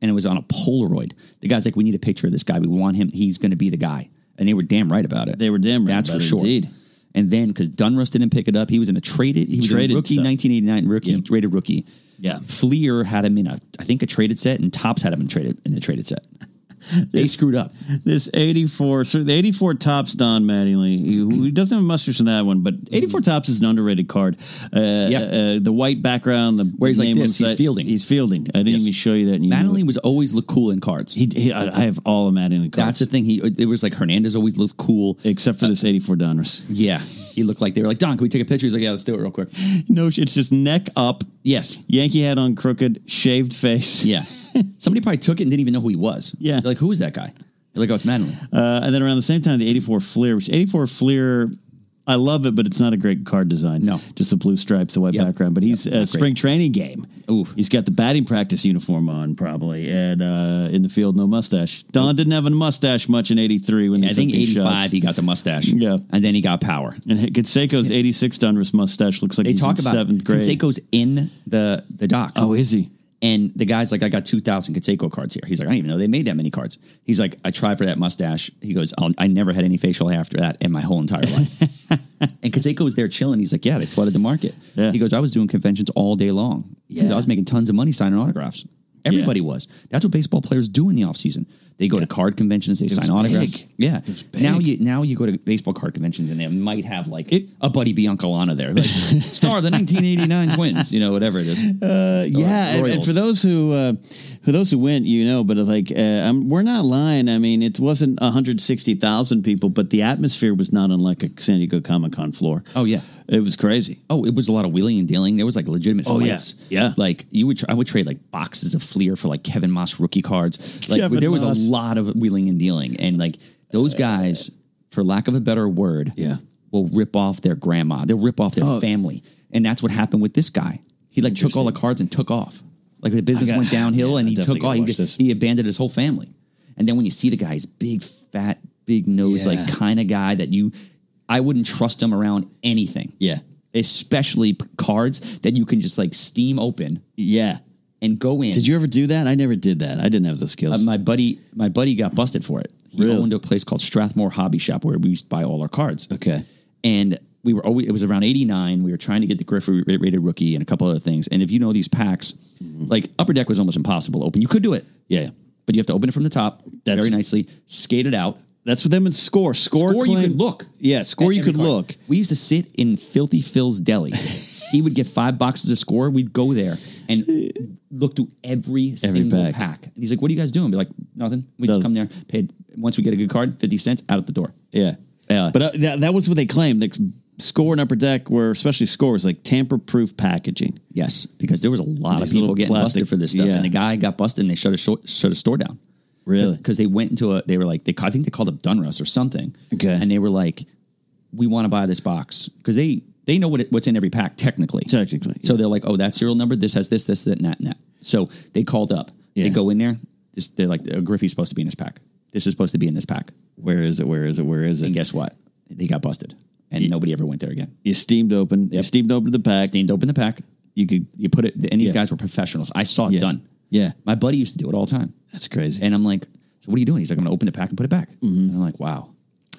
S4: And it was on a Polaroid. The guy's like, we need a picture of this guy. We want him. He's going to be the guy. And they were damn right about it.
S3: They were damn right
S4: That's
S3: about
S4: for
S3: it,
S4: sure.
S3: indeed.
S4: And then because Dunrust didn't pick it up, he was in a traded, he was
S3: Traded
S4: a rookie,
S3: stuff.
S4: 1989 rookie, traded rookie.
S3: Yeah. [laughs]
S4: Fleer had him in a, I think, a traded set, and Tops had him in traded in a traded set. They screwed up.
S3: This 84, so the 84 tops Don Mattingly, who
S4: [clears throat]
S3: who doesn't have mustache in that one, but 84 tops is an underrated card. Uh,
S4: Mm-hmm. Yeah.
S3: uh, the white background, the
S4: Where he's like
S3: name on
S4: this, he's
S3: side-
S4: fielding.
S3: He's fielding. I didn't
S4: Yes.
S3: even show you that. and you knew
S4: Mattingly
S3: it.
S4: was always look cool in cards.
S3: He, he, I, I have all of Mattingly cards
S4: That's the thing. He it Uh, was like Hernandez always looked cool.
S3: except for this 84 Donruss. [laughs]
S4: Yeah, he looked like they were like Don. Can we take a picture? He's like, yeah, let's do it real quick.
S3: No, sh- it's just neck up,
S4: Yes,
S3: Yankee hat on crooked, shaved face.
S4: yeah. [laughs] Somebody probably took it and didn't even know who he was.
S3: Yeah.
S4: They're like who is that guy? They're like, oh, it's Mattingly.
S3: Uh, and then around the same time, the 84 Fleer, which 84 Fleer, I love it, but it's not a great card design.
S4: No.
S3: Just the blue stripes, the white
S4: Yep.
S3: background. But he's
S4: Yep,
S3: uh,
S4: not
S3: spring
S4: great.
S3: training game.
S4: Ooh.
S3: He's got the batting practice uniform on, probably. And uh, in the field, no mustache. Don didn't have a mustache much in 83 when they
S4: I
S3: took
S4: think
S3: these
S4: eighty five.
S3: shots.
S4: He got the mustache.
S3: Yeah.
S4: and then he got power.
S3: And Canseco's 86 Donruss mustache looks like
S4: They
S3: he's
S4: talk
S3: in
S4: about
S3: seventh grade.
S4: Canseco's in the the doc.
S3: Oh, is he?
S4: And the guy's like, I got 2,000 Conseco cards here. He's like, I didn't even know they made that many cards. He's like, I tried for that mustache. He goes, I'll, I never had any facial hair after that in my whole
S3: [laughs]
S4: entire life. and Conseco was there chilling. He's like, Yeah, they flooded the market.
S3: Yeah.
S4: He goes, I was doing conventions all day long. He goes, I was making tons of money signing autographs. Everybody was. That's what baseball players do in the offseason. They go to card conventions, they sign autographs.
S3: big.
S4: Yeah. Now you now you go to baseball card conventions and they might have like a buddy Biancolana there. Like star
S3: [laughs]
S4: of the 1989 Twins, you know, whatever it is.
S3: Uh, yeah, and, and
S4: Royals.
S3: for those who uh, for those who went, you know, but like uh, um, we're not lying. I mean, it wasn't 160,000 people, but the atmosphere was not unlike a San Diego Comic Con floor.
S4: Oh, yeah.
S3: it was crazy.
S4: Oh, it was a lot of wheeling and dealing. There was like legitimate
S3: Oh, yeah.
S4: fights.
S3: Yeah.
S4: Like you would, tr I would trade like boxes of Fleer for like Kevin Moss rookie cards. Like
S3: Kevin
S4: there was
S3: Moss.
S4: a lot of wheeling and dealing, and like those guys, for lack of a better word,
S3: Yeah. Oh.
S4: will rip off their grandma. They'll rip off their family, and that's what happened with this guy. He like took all the cards and took off. Like the business
S3: I got-
S4: went downhill,
S3: [laughs] yeah,
S4: and
S3: I
S4: he
S3: definitely
S4: took off.
S3: gotta
S4: He,
S3: watch this.
S4: just, he abandoned his whole family. And then when you see the guy, he's big, fat, big nose,
S3: Yeah.
S4: like kind of guy that you, I wouldn't trust him around anything
S3: Yeah,
S4: especially p- cards that you can just like steam open
S3: yeah.
S4: and go in.
S3: Did you ever do that? I never did that. I didn't have the
S4: Uh,
S3: skills.
S4: my buddy, my buddy got busted for it. He
S3: Really?
S4: owned a place called Strathmore Hobby Shop where we used to buy all our cards.
S3: Okay.
S4: and we were always it was around eighty nine. We were trying to get the Griffey ra- rated rookie and a couple other things. And if you know these packs,
S3: Mm-hmm.
S4: like Upper Deck was almost impossible to open. You could do it,
S3: yeah, yeah.
S4: but you have to open it from the top
S3: That's-
S4: very nicely, skate it out.
S3: that's with them in score. Score,
S4: Score you
S3: claim-
S4: could look.
S3: Yeah, score
S4: at
S3: you
S4: every
S3: could
S4: card.
S3: look.
S4: We used to sit in Filthy Phil's [laughs] deli. he would get five boxes of score. We'd go there and look through every, single
S3: pack.
S4: pack. And he's like, "What are you guys doing?" Be like, "Nothing. We
S3: Nothing.
S4: just come there, paid. Once we get a good card, fifty cents out at the door."
S3: Yeah.
S4: Yeah.
S3: But uh, that, that was what they claimed. The score and upper deck were, especially score, was like tamper proof packaging.
S4: Yes, because there was a lot of
S3: These little
S4: people getting
S3: plastic-
S4: busted for this stuff,
S3: yeah.
S4: and the guy got busted, and they shut a short, shut a store down.
S3: Really?
S4: Because they went into a, they were like, they ca- I think they called up Dunruss or something.
S3: Okay.
S4: and they were like, we want to buy this box because they they know what it, what's in every pack technically.
S3: Technically,
S4: so they're like, oh, that serial number. This has this, this, that, and that, and that. So they called up.
S3: Yeah.
S4: They go in there. This, they're like, oh, Griffey's supposed to be in this pack. This is supposed to be in this pack.
S3: Where is it? Where is it? Where is
S4: And
S3: it?
S4: guess what? They got busted, and nobody ever went there again.
S3: You steamed open. You
S4: Yep.
S3: steamed open the pack.
S4: Steamed open the pack. You could you put it. And these
S3: Yeah.
S4: guys were professionals. I saw it
S3: Yeah.
S4: done.
S3: Yeah.
S4: my buddy used to do it all the time.
S3: That's crazy.
S4: And I'm like, so what are you doing? He's like, I'm gonna open the pack and put it back.
S3: Mm-hmm.
S4: And I'm like, wow.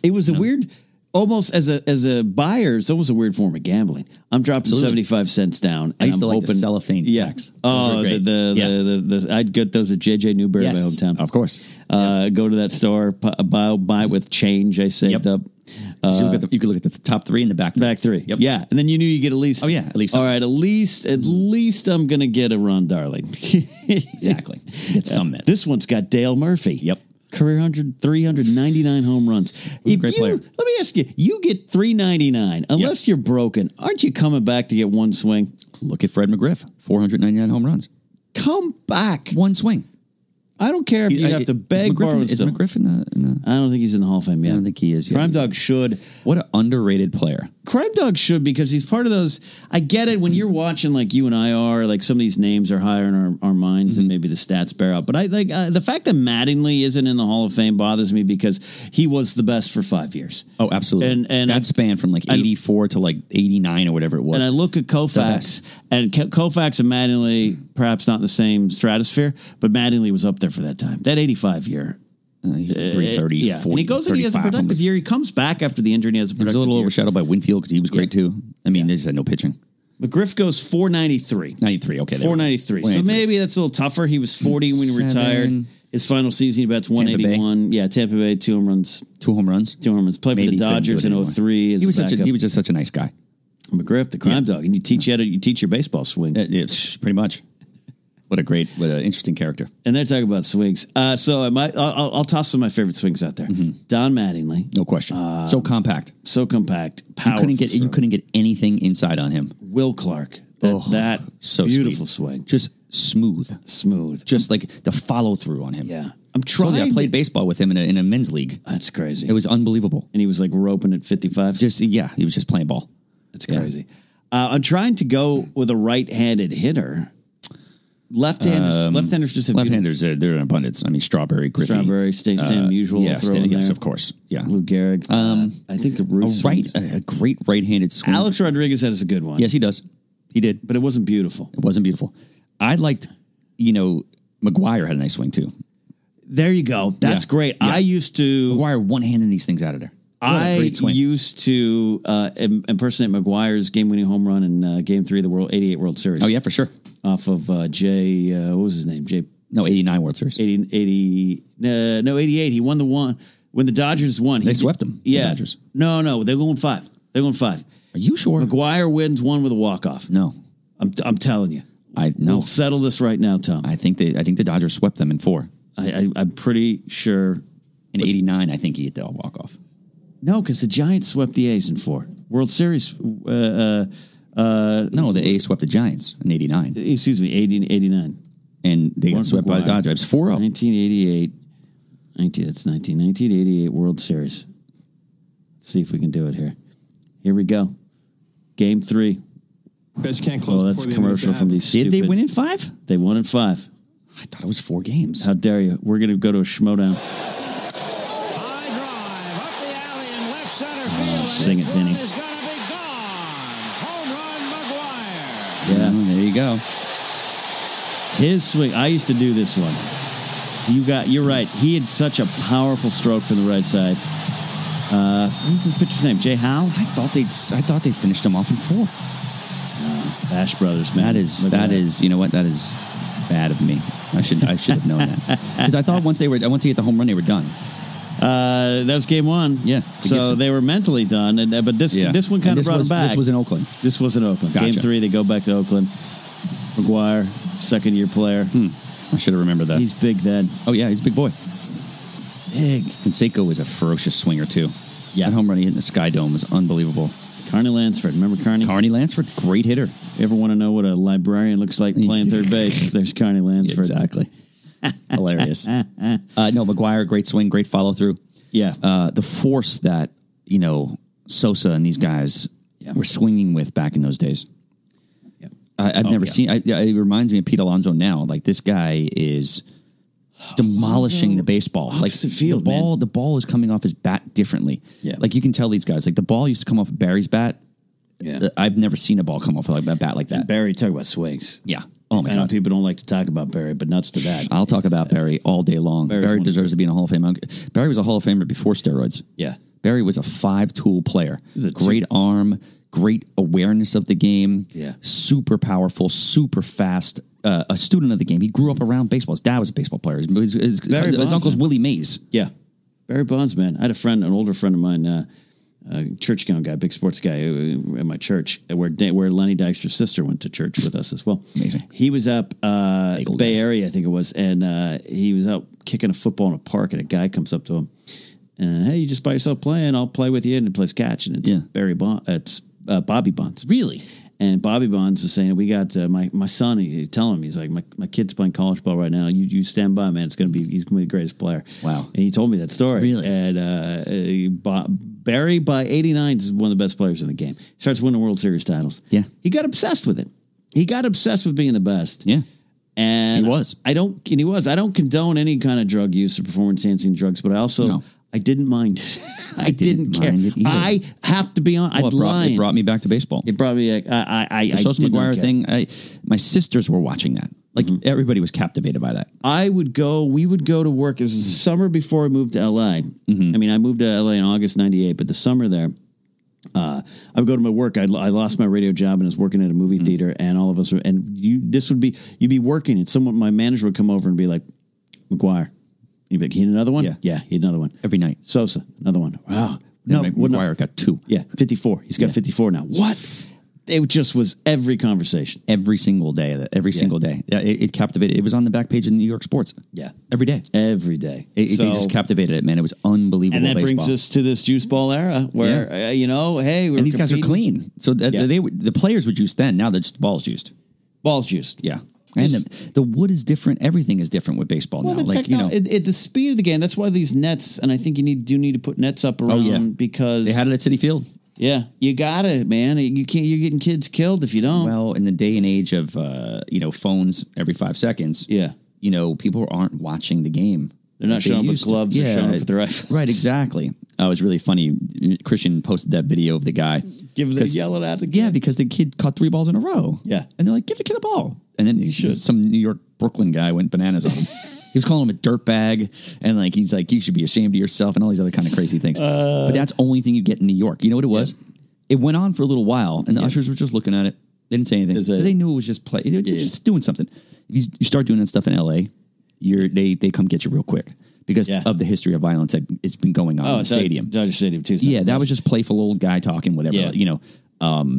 S3: It was a weird, almost as a as a buyer, it's almost a weird form of gambling. I'm dropping
S4: Absolutely.
S3: seventy five cents down.
S4: I used
S3: and
S4: to
S3: I'm
S4: like the cellophane
S3: yeah.
S4: packs. Those
S3: Oh,
S4: were
S3: the
S4: great.
S3: the,
S4: Yeah.
S3: the the the I'd get those at JJ Newberry,
S4: Yes,
S3: my hometown.
S4: of course.
S3: Uh, Go to that store, pu- buy buy it with change I saved
S4: Yep.
S3: up.
S4: So you, look at the, you could look at the top three and the Uh, back three.
S3: Back three,
S4: Yep.
S3: yeah, and then you knew you get at least.
S4: Oh, yeah, at least
S3: All
S4: something.
S3: right, at least at least I'm gonna get a Ron Darling. [laughs]
S4: [laughs] Exactly. It's some that.
S3: This one's got Dale Murphy.
S4: Yep.
S3: Career 100, 399 home runs.
S4: a
S3: If
S4: great
S3: you,
S4: player.
S3: Let me ask you, you get 399 unless you're broken. Aren't you coming back to get one swing?
S4: look at Fred McGriff, 499 home runs,
S3: Come back.
S4: one swing.
S3: I don't care if you
S4: I-
S3: have to
S4: is
S3: beg,
S4: McGriff
S3: borrow,
S4: in,
S3: and
S4: is
S3: steal.
S4: McGriff in the, in the-
S3: I don't think he's in the Hall of Fame yet.
S4: I don't think he is yet.
S3: Crime Dog should.
S4: What an underrated player.
S3: Crime Dog should because he's part of those. I get it when you're watching like you and I are like some of these names are higher in our, our minds
S4: Mm-hmm.
S3: than maybe the stats bear out. But I like uh, the fact that Mattingly isn't in the Hall of Fame bothers me because he was the best for five years.
S4: Oh, absolutely.
S3: And- and I-
S4: that span from like
S3: I-
S4: 84 to like 89 or whatever it was.
S3: And I look at Koufax,
S4: best.
S3: and K- Koufax and Mattingly, perhaps not in the same stratosphere, but Mattingly was up there for that time. That 85 year.
S4: Uh, he- 330,
S3: yeah. and he
S4: 40,
S3: goes and he has a
S4: 35
S3: productive
S4: homers.
S3: year. He comes back after the injury and he has a
S4: He was
S3: productive
S4: a little
S3: year.
S4: overshadowed by Winfield because he was great too. I mean, they just had no pitching.
S3: McGriff goes 493.
S4: 93. Okay. there we go.
S3: 493. So
S4: 493.
S3: maybe that's a little tougher. He was 40 when he
S4: Hmm. Seven,
S3: retired. His final season, he bets
S4: Tampa Bay.
S3: 181. Yeah, Tampa Bay, two home runs.
S4: Two home runs.
S3: Two home runs. Played for
S4: Maybe
S3: the
S4: he couldn't do
S3: Dodgers
S4: it
S3: in
S4: anymore.
S3: 03. as
S4: He was such oh a,
S3: backup.
S4: he was just such a nice guy.
S3: McGriff, the crime
S4: Yeah.
S3: dog, and you teach you, how to, you teach your baseball swing.
S4: It- it's pretty much. What a great, what an interesting character.
S3: And they're talking about swings. Uh, so I might, I'll, I'll- I'll toss some of my favorite swings out there.
S4: Mm-hmm.
S3: Don Mattingly,
S4: No question.
S3: Um,
S4: so compact.
S3: so compact, powerful.
S4: you couldn't get you
S3: stroke.
S4: couldn't get anything inside on him.
S3: Will Clark, that,
S4: Oh,
S3: that
S4: so
S3: beautiful
S4: sweet.
S3: swing,
S4: just smooth,
S3: smooth.
S4: just like the follow through on him.
S3: yeah, I'm trying.
S4: Told you, I played baseball with him in a, in a men's league.
S3: That's crazy.
S4: It was unbelievable.
S3: and he was like roping at 55.
S4: Just yeah, he was just playing ball.
S3: That's
S4: Yeah.
S3: crazy. Uh, I'm trying to go with a right-handed hitter. Left-handers,
S4: Um,
S3: left-handers just have
S4: Left-handers, they're, they're in abundance. I mean, Strawberry, Griffey, uh,
S3: Strawberry, Stan- Stan Musial
S4: yeah,
S3: will throw
S4: Stan-
S3: in
S4: yes,
S3: there.
S4: of course, yeah.
S3: Lou Gehrig. Um, I think a,
S4: A
S3: Bruce
S4: right, a, a great right-handed swing.
S3: Alex Rodriguez has a good one.
S4: yes, he does. He did.
S3: but it wasn't beautiful.
S4: It wasn't beautiful. I liked, you know, McGuire had a nice swing too.
S3: There you go. That's
S4: Yeah.
S3: great.
S4: Yeah.
S3: I used to.
S4: McGuire one handing these things out of there. What a
S3: I
S4: great swing.
S3: used to uh, im- impersonate McGuire's game-winning home run in uh, Game Three of the World '88 World Series.
S4: oh yeah, for sure.
S3: off of uh, Jay. Uh, what was his name? Jay
S4: No, eighty nine World Series.
S3: 80, 80 no, no, 88. He won the one when the Dodgers won. He
S4: They
S3: did-
S4: swept them, the
S3: Yeah.
S4: Dodgers.
S3: No, no, they're going five. They're going five.
S4: Are you sure?
S3: McGuire wins one with a walk off.
S4: No,
S3: I'm, I'm telling you.
S4: I no.
S3: We'll settle this right now, Tom. I,
S4: I think they. I think the Dodgers swept them in four.
S3: I, I'm pretty sure.
S4: In eighty nine, I think he hit the walk off.
S3: No, because the Giants swept the A's in four World Series. Uh, uh,
S4: No, the A's swept the Giants in eighty nine,
S3: excuse me, 1889.
S4: and they got swept by the
S3: McGuire.
S4: Dodgers four zero.
S3: 1988. 19, that's 19. 1988 World Series. Let's see if we can do it here. Here we go. Game three.
S5: Bet you can't close.
S3: Oh, that's a
S5: before the end of
S3: commercial
S5: the
S3: from
S5: half.
S3: these.
S4: Did they
S3: stupid-
S4: win in five?
S3: They won in five.
S4: I thought it was four games.
S3: How dare you? We're gonna go to a schmodown.
S2: High drive up the alley in left center field. and
S3: sing
S2: this
S3: it, Denny.
S2: one is gonna be gone. Home run, McGuire.
S4: Yeah, Mm, there you go.
S3: His swing. I used to do this one. You got. You're right. He had such a powerful stroke from the right side. Uh, who's this pitcher's name? Jay Howe.
S4: I thought they. I thought they finished them off in four.
S3: Bash Brothers. Man,
S4: That is
S3: Look at
S4: that is you know what that is bad of me. I should I should have
S3: [laughs]
S4: known that because I thought once they were once he hit the home run they were done.
S3: Uh, that was game one.
S4: Yeah.
S3: So they were mentally done, and uh, but this this one kind
S4: And
S3: of brought
S4: was,
S3: him back.
S4: This was in Oakland.
S3: This was in Oakland. Game
S4: Gotcha.
S3: three, they go back to Oakland. McGuire, second year player.
S4: I should have remembered that.
S3: He's big then.
S4: oh yeah, he's a big boy.
S3: Big.
S4: Canseco was a ferocious swinger too.
S3: Yeah.
S4: that home run he hit in the Sky Dome was unbelievable.
S3: Carney Lansford. Remember Carney?
S4: Carney Lansford, great hitter.
S3: You ever want to know what a librarian looks like playing third
S4: [laughs]
S3: base? There's Carney Lansford. [laughs]
S4: hilarious. Uh, no, McGuire, great swing, great follow through.
S3: Yeah.
S4: uh, the force that you know Sosa and these guys
S3: Yeah.
S4: were swinging with back in those days.
S3: Yeah.
S4: I, I've
S3: Oh,
S4: never
S3: yeah.
S4: seen. I, yeah, it reminds me of Pete Alonso now. Like this guy is demolishing the baseball. Like
S3: Opposite field,
S4: the ball, the ball is coming off his bat differently.
S3: Yeah.
S4: like you can tell these guys. Like the ball used to come off Barry's bat.
S3: Yeah.
S4: Uh, I've never seen a ball come off like a bat like that.
S3: Barry, talk about swings.
S4: yeah. Oh my
S3: I know
S4: god. Uh,
S3: people don't like to talk about Barry, but nuts to that.
S4: I'll talk about Barry all day long.
S3: Barry's
S4: Barry
S3: one-
S4: deserves to be in a Hall of Fame. I'm- Barry was a Hall of Famer before steroids.
S3: yeah.
S4: Barry was a five tool player.
S3: was a
S4: Great arm, great awareness of the game.
S3: Yeah.
S4: Super powerful, super fast. Uh, a student of the game. He grew up around baseball. His dad was a baseball player. His, his, his-
S3: Barry
S4: his
S3: Bonds,
S4: uncle's
S3: man.
S4: Willie Mays.
S3: Yeah. Barry Bonds, man. I had a friend, an older friend of mine, uh, a church gown guy, big sports guy uh, at my church, where Da- where Lenny Dykstra's sister went to church with us as well.
S4: Amazing.
S3: He was up uh,
S4: Big old
S3: Bay
S4: guy.
S3: Area, I think it was, and uh, he was out kicking a football in a park, and a guy comes up to him, and hey, you just by yourself playing? I'll play with you, and he plays catch, and it's
S4: Yeah.
S3: Barry Bonds, it's uh, Bobby Bonds.
S4: Really?
S3: And Bobby Bonds was saying, "We got uh, my my son. He, he telling him he's like my, my kid's playing college ball right now. You you stand by, man. It's gonna be he's gonna be the greatest player."
S4: Wow.
S3: And he told me that story.
S4: Really?
S3: And uh, uh, Bo- Barry by '89 is one of the best players in the game. Starts winning World Series titles.
S4: Yeah.
S3: He got obsessed with it. He got obsessed with being the best.
S4: Yeah.
S3: And
S4: He was.
S3: I don't. And he was. I don't condone any kind of drug use or performance enhancing drugs, but I also
S4: No.
S3: I didn't mind. it. [laughs] I, didn't,
S4: didn't mind
S3: care.
S4: it either.
S3: I have to be on.
S4: Well,
S3: I'd
S4: it, brought,
S3: lying.
S4: it brought me back to baseball.
S3: It brought me. Like, I. I. I
S4: the Sosa
S3: did not Mm-hmm.
S4: McGuire
S3: care.
S4: thing, I, my sisters were watching that. Like everybody was captivated by that.
S3: I would go. We would go to work. It was the summer before I moved to LA.
S4: Mm-hmm.
S3: I mean, I moved to LA in August '98, but the summer there, uh, I would go to my work. I, lo- I lost my radio job and was working at a
S4: Mm-hmm.
S3: movie theater, and all of us. Were, and you, this would be you'd be working, and someone, my manager would come over and be like, "McGuire, You big? He had another one.
S4: Yeah.
S3: yeah, he had another one
S4: Every night.
S3: Sosa, another one. Wow.
S4: No, McGuire got two.
S3: Yeah, 54. He's got
S4: Yeah.
S3: 54 now. What? It just was every conversation.
S4: Every single day. of it, Every
S3: Yeah.
S4: single day. Yeah, It, it captivated. It was on the back page of New York Sports.
S3: Yeah.
S4: Every day.
S3: Every day.
S4: It, it-
S3: So-
S4: they just captivated it, man. It was unbelievable.
S3: and that
S4: baseball.
S3: brings us to this juice ball era where, uh, you know, hey, we're
S4: And these guys are
S3: competing.
S4: clean. So that,
S3: Yeah.
S4: they the players were juiced then. Now they're just the balls juiced.
S3: Balls juiced.
S4: Yeah. And
S3: Yes.
S4: the, the wood is different. Everything is different with baseball
S3: Well,
S4: now.
S3: the
S4: Like, you know,
S3: techno- at, at the speed of the game, that's why these nets, and I think you need do need to put nets up around
S4: Oh, yeah.
S3: because
S4: they had it at City Field.
S3: yeah, you got it, man. You can't. You're getting kids killed if you don't.
S4: Well, in the day and age of, uh, you know, phones every five seconds.
S3: Yeah.
S4: You know, people aren't watching the game.
S3: They're not
S4: like
S3: showing up with
S4: used to.
S3: gloves, they're showing up with their iPhones.
S4: Right, exactly. Uh, it was really funny. Christian posted that video of the guy.
S3: Give the
S4: 'Cause-
S3: yelling at the kid.
S4: Yeah, because the kid caught three balls in a row.
S3: Yeah.
S4: And they're like, give the kid a ball. And then
S3: should.
S4: some New York, Brooklyn guy went
S3: [laughs]
S4: bananas on him. he was calling him a dirtbag. And like, he's like, you should be ashamed of yourself and all these other kind of crazy things.
S3: Uh,
S4: but that's the only thing you get in New York. You know what it was? It went on for a little while and the ushers were just looking at it. They didn't say anything.
S3: Is it-
S4: 'Cause they knew it was just play. They were just doing something. You, you start doing that stuff in LA, you're, they, they come get you real quick because
S3: Yeah.
S4: of the history of violence that has been going on in
S3: Oh,
S4: the stadium.
S3: Dodger Stadium too.
S4: Yeah, that was just playful old guy talking, whatever.
S3: Yeah.
S4: You know, um,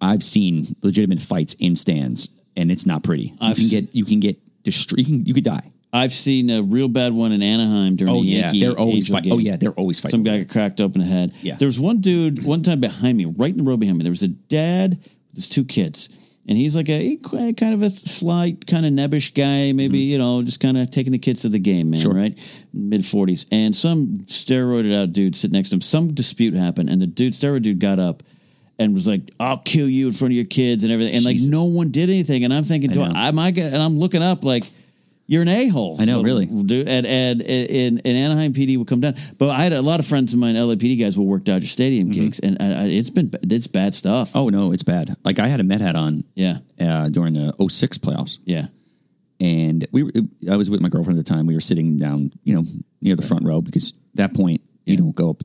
S4: I've seen legitimate fights in stands, and it's not pretty.
S3: I've
S4: you
S3: s-
S4: can get you can get destroyed. You, can- you could die.
S3: I've seen a real bad one in Anaheim during
S4: Oh
S3: the
S4: yeah,
S3: Yankee.
S4: they're always
S3: Angels
S4: fighting. Oh
S3: game.
S4: yeah, they're always fighting.
S3: Some guy got cracked open the head.
S4: Yeah.
S3: There was one dude one time behind me, right in the row behind me. There was a dad with his two kids, and he's like a qu- eh, kind of a slight, kind of nebbish guy, maybe
S4: Mm-hmm.
S3: you know, just kind of taking the kids to the game, man, right? Mid forties, and some steroided out dude sitting next to him. Some dispute happened, and the dude, steroid dude, got up. And was like, "I'll kill you in front of your kids and everything," and
S4: Jesus.
S3: like no one did anything. And I'm thinking, "Do
S4: know.
S3: I, am I gonna?" And I'm looking up, like, "You're an a hole."
S4: I know,
S3: Well,
S4: really.
S3: dude. And and and, and Anaheim PD will come down. But I had a lot of friends of mine, LAPD guys, will work Dodger Stadium gigs, and I, I, it's been it's bad stuff.
S4: Mm-hmm. oh no, it's bad. Like I had a Met hat on.
S3: Yeah.
S4: Uh, during the 06 playoffs,
S3: yeah,
S4: and we were, I was with my girlfriend at the time. We were sitting down, you know, near the front row because at that point you don't go up.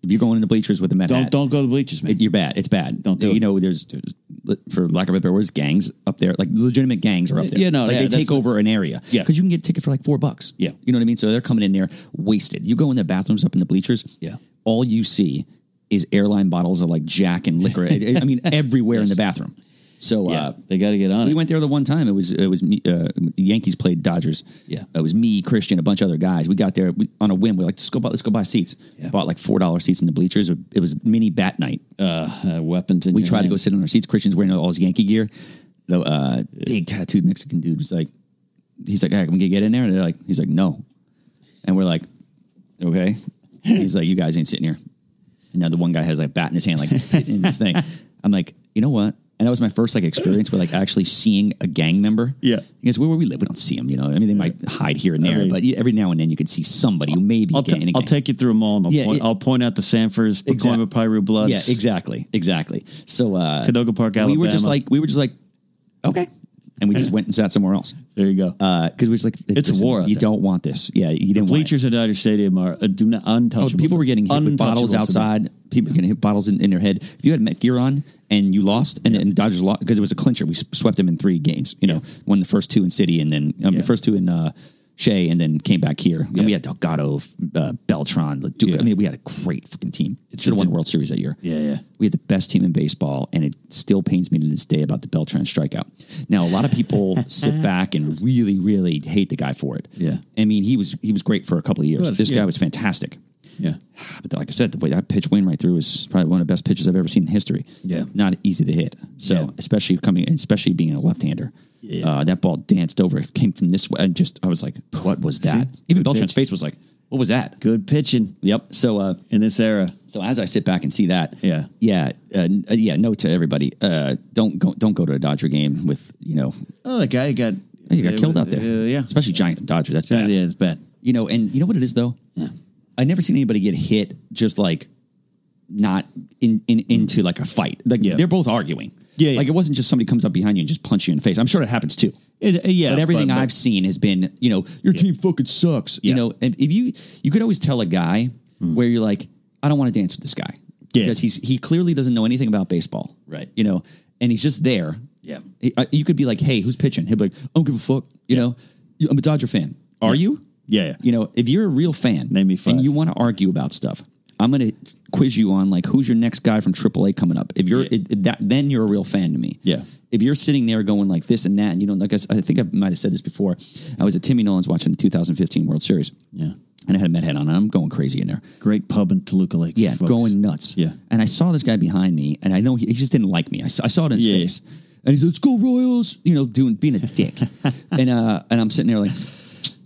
S4: If you're going into bleachers with a Met
S3: don't
S4: hat,
S3: don't go to the bleachers, man.
S4: It- you're bad. It's bad.
S3: Don't do
S4: you
S3: it.
S4: know? There's, there's- for lack of a better words, gangs up there. Like legitimate gangs are up there.
S3: Yeah, no,
S4: like
S3: yeah,
S4: they
S3: that's
S4: take
S3: what-
S4: over an area.
S3: Yeah.
S4: because you can get a ticket for like four bucks.
S3: Yeah.
S4: you know what I mean. So they're coming in there wasted. You go in the bathrooms up in the bleachers.
S3: Yeah.
S4: all you see is airline bottles of like Jack and
S3: [laughs]
S4: liquor. I I mean, everywhere in the bathroom. So
S3: yeah,
S4: uh,
S3: they got to get on
S4: we
S3: it.
S4: went there the one time. It was it was me. Uh, the Yankees played Dodgers.
S3: Yeah.
S4: it was me, Christian, a bunch of other guys. We got there we, on a whim. We're like, let's go buy let's go buy seats.
S3: Yeah.
S4: Bought like four dollar seats in the bleachers. It was mini bat night.
S3: uh, weapons. In
S4: We
S3: your
S4: tried to
S3: hand.
S4: go sit on our seats. Christian's wearing all his Yankee gear. The uh, big tattooed Mexican dude was like, he's like, hey, can we get in there? And they're like, he's like, no. And we're like, okay. He's like, you guys ain't sitting here. And now the one guy has like a bat in his hand, like [laughs] in this thing. I'm like, you know what? And that was my first like experience with like actually seeing a gang member.
S3: Yeah.
S4: Because where we live, we don't see them. You know, I mean, they might hide here and there,
S3: mean-
S4: but every now and then you could see somebody who may be
S3: I'll,
S4: gang- in
S3: t-
S4: a
S3: I'll
S4: gang.
S3: take you through them all. And I'll,
S4: Yeah,
S3: point,
S4: yeah.
S3: I'll point out the Sanford's,
S4: Exact-
S3: Pacoima Piru Bloods.
S4: Yeah, exactly, exactly. So uh,
S3: Cadoga Park,
S4: We were just
S3: Alabama.
S4: like, we were just like, okay, and we just went and sat somewhere else
S3: There you go.
S4: because we was like,
S3: It's a
S4: listen,
S3: war out
S4: You
S3: there.
S4: don't want this. Yeah, you uh, didn't want it.
S3: bleachers at Dodger Stadium are uh, do not
S4: Oh,
S3: untouchable.
S4: people were getting hit with bottles outside. People were getting hit bottles in, in their head. If you had Met gear on and you lost, and, and Dodgers lost because it was a clincher, we s- swept them in three games. You know, won the first two in City, and then um,
S3: Yeah.
S4: the first two in uh, Shea, and then came back here. And
S3: Yeah.
S4: we had Delgado, uh, Beltran, Leduc.
S3: Yeah.
S4: I mean, we had a great fucking team.
S3: It's
S4: Should have won
S3: ridiculous.
S4: World Series that year.
S3: Yeah, yeah.
S4: We had the best team in baseball, and it still pains me to this day about the Beltran strikeout. Now, a lot
S3: [laughs]
S4: of people sit back and really, really hate the guy for it.
S3: Yeah.
S4: I mean, he was he was great for a couple of years.
S3: was,
S4: this
S3: yeah.
S4: guy was fantastic.
S3: Yeah.
S4: But like I said, the way that pitch Wainwright threw is probably one of the best pitches I've ever seen in history.
S3: Yeah.
S4: not easy to hit. So
S3: Yeah.
S4: especially coming, especially being a left-hander,
S3: Yeah.
S4: uh, that ball danced over. It came from this way. And just I was like, what was that? Even Beltran's
S3: pitch.
S4: face was like, what was that?
S3: Good pitching
S4: Yep. So uh,
S3: in this era.
S4: so as I sit back and see that,
S3: Yeah.
S4: yeah, uh, n- uh, yeah. Note to everybody: uh, don't go, don't go to a Dodger game with you know
S3: Oh, that guy got
S4: you got killed out there.
S3: Uh, yeah.
S4: especially Giants and Dodgers. That's
S3: Yeah,
S4: bad.
S3: yeah, it's bad.
S4: You know, and you know what it is though. I never seen anybody get hit just like not in, in into like a fight. Like
S3: Yeah.
S4: they're both arguing.
S3: Yeah, yeah.
S4: like it wasn't just somebody comes up behind you and just punch you in the face. I'm sure it happens too.
S3: It, uh, yeah,
S4: but everything I've seen has been, you know, your
S3: Yeah.
S4: team fucking sucks.
S3: Yeah. Hmm.
S4: You know, and if you you could always tell a guy where you're like, I don't want to dance with this guy
S3: Yeah.
S4: because he's he clearly doesn't know anything about baseball,
S3: Right.
S4: You know, and he's just there. uh,
S3: Yeah.
S4: He- I- you could be like, Hey, who's pitching? He'd be like, I don't give a fuck. You know, You- I'm a Dodger fan. Are you?
S3: Yeah, yeah.
S4: You know, if you're a real fan
S3: Name me five.
S4: and you want to argue about stuff, I'm going to quiz you on like who's your next guy from AAA coming up. If you're
S3: Yeah.
S4: it, it- that, then you're a real fan to me.
S3: Yeah.
S4: If you're sitting there going like this and that, and you don't like, I, s- I think I might have said this before. I was at Timmy Nolan's watching the 2015 World Series.
S3: Yeah.
S4: And I had a Met hat on, and I'm going crazy in there.
S3: Great pub in Toluca Lake.
S4: Yeah,
S3: folks.
S4: going nuts.
S3: Yeah.
S4: And I saw this guy behind me, and I know he, he just didn't like me. I saw, I saw it in his
S3: Yeah.
S4: face. And he's like, let's go Royals, you know, doing being a
S3: [laughs]
S4: dick. and uh and I'm sitting there like,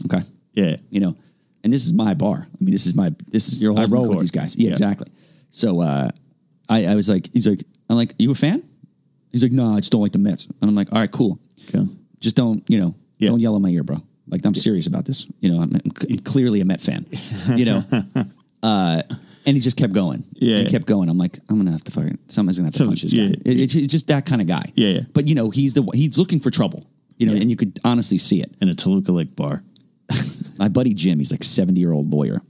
S4: okay.
S3: Yeah.
S4: You know, and this is my bar. I mean, this is my this is
S3: Your
S4: I
S3: home
S4: roll
S3: court.
S4: with these guys. Yeah,
S3: Yeah.
S4: exactly. So uh I, I was like, he's like, I'm like, you a fan? He's like, no, I just don't like the Mets. And I'm like, all right, cool.
S3: Okay.
S4: Just don't, you know,
S3: Yeah.
S4: don't yell in my ear, bro. Like I'm serious about this. You know, I'm, I'm clearly a Met fan. You
S3: [laughs]
S4: know, Uh, and he just kept going.
S3: Yeah,
S4: he
S3: yeah.
S4: kept going. I'm like, I'm gonna have to fucking someone's gonna have to
S3: Someone-
S4: punch this
S3: yeah,
S4: guy. It, it's it's just that kind of guy.
S3: Yeah, yeah.
S4: But you know, he's the he's looking for trouble. You know, and you could honestly see it.
S3: In a Toluca Lake bar.
S4: My buddy Jim, he's like 70 year old lawyer,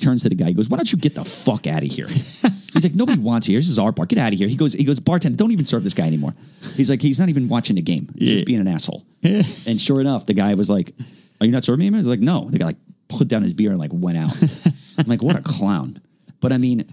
S4: turns to the guy. He goes, "Why don't you get the fuck out of here?" He's like, "Nobody wants you here. This is our bar. Get out of here." He goes, "He goes, bartender, don't even serve this guy anymore." He's like, he's not even watching the game. He's
S3: Yeah.
S4: just being
S3: [laughs]
S4: an asshole. and sure enough, the guy was like, "Are you not serving me?" anymore?" He's like, "No." The guy like put down his beer and like went out. I'm like, what a clown. But I mean,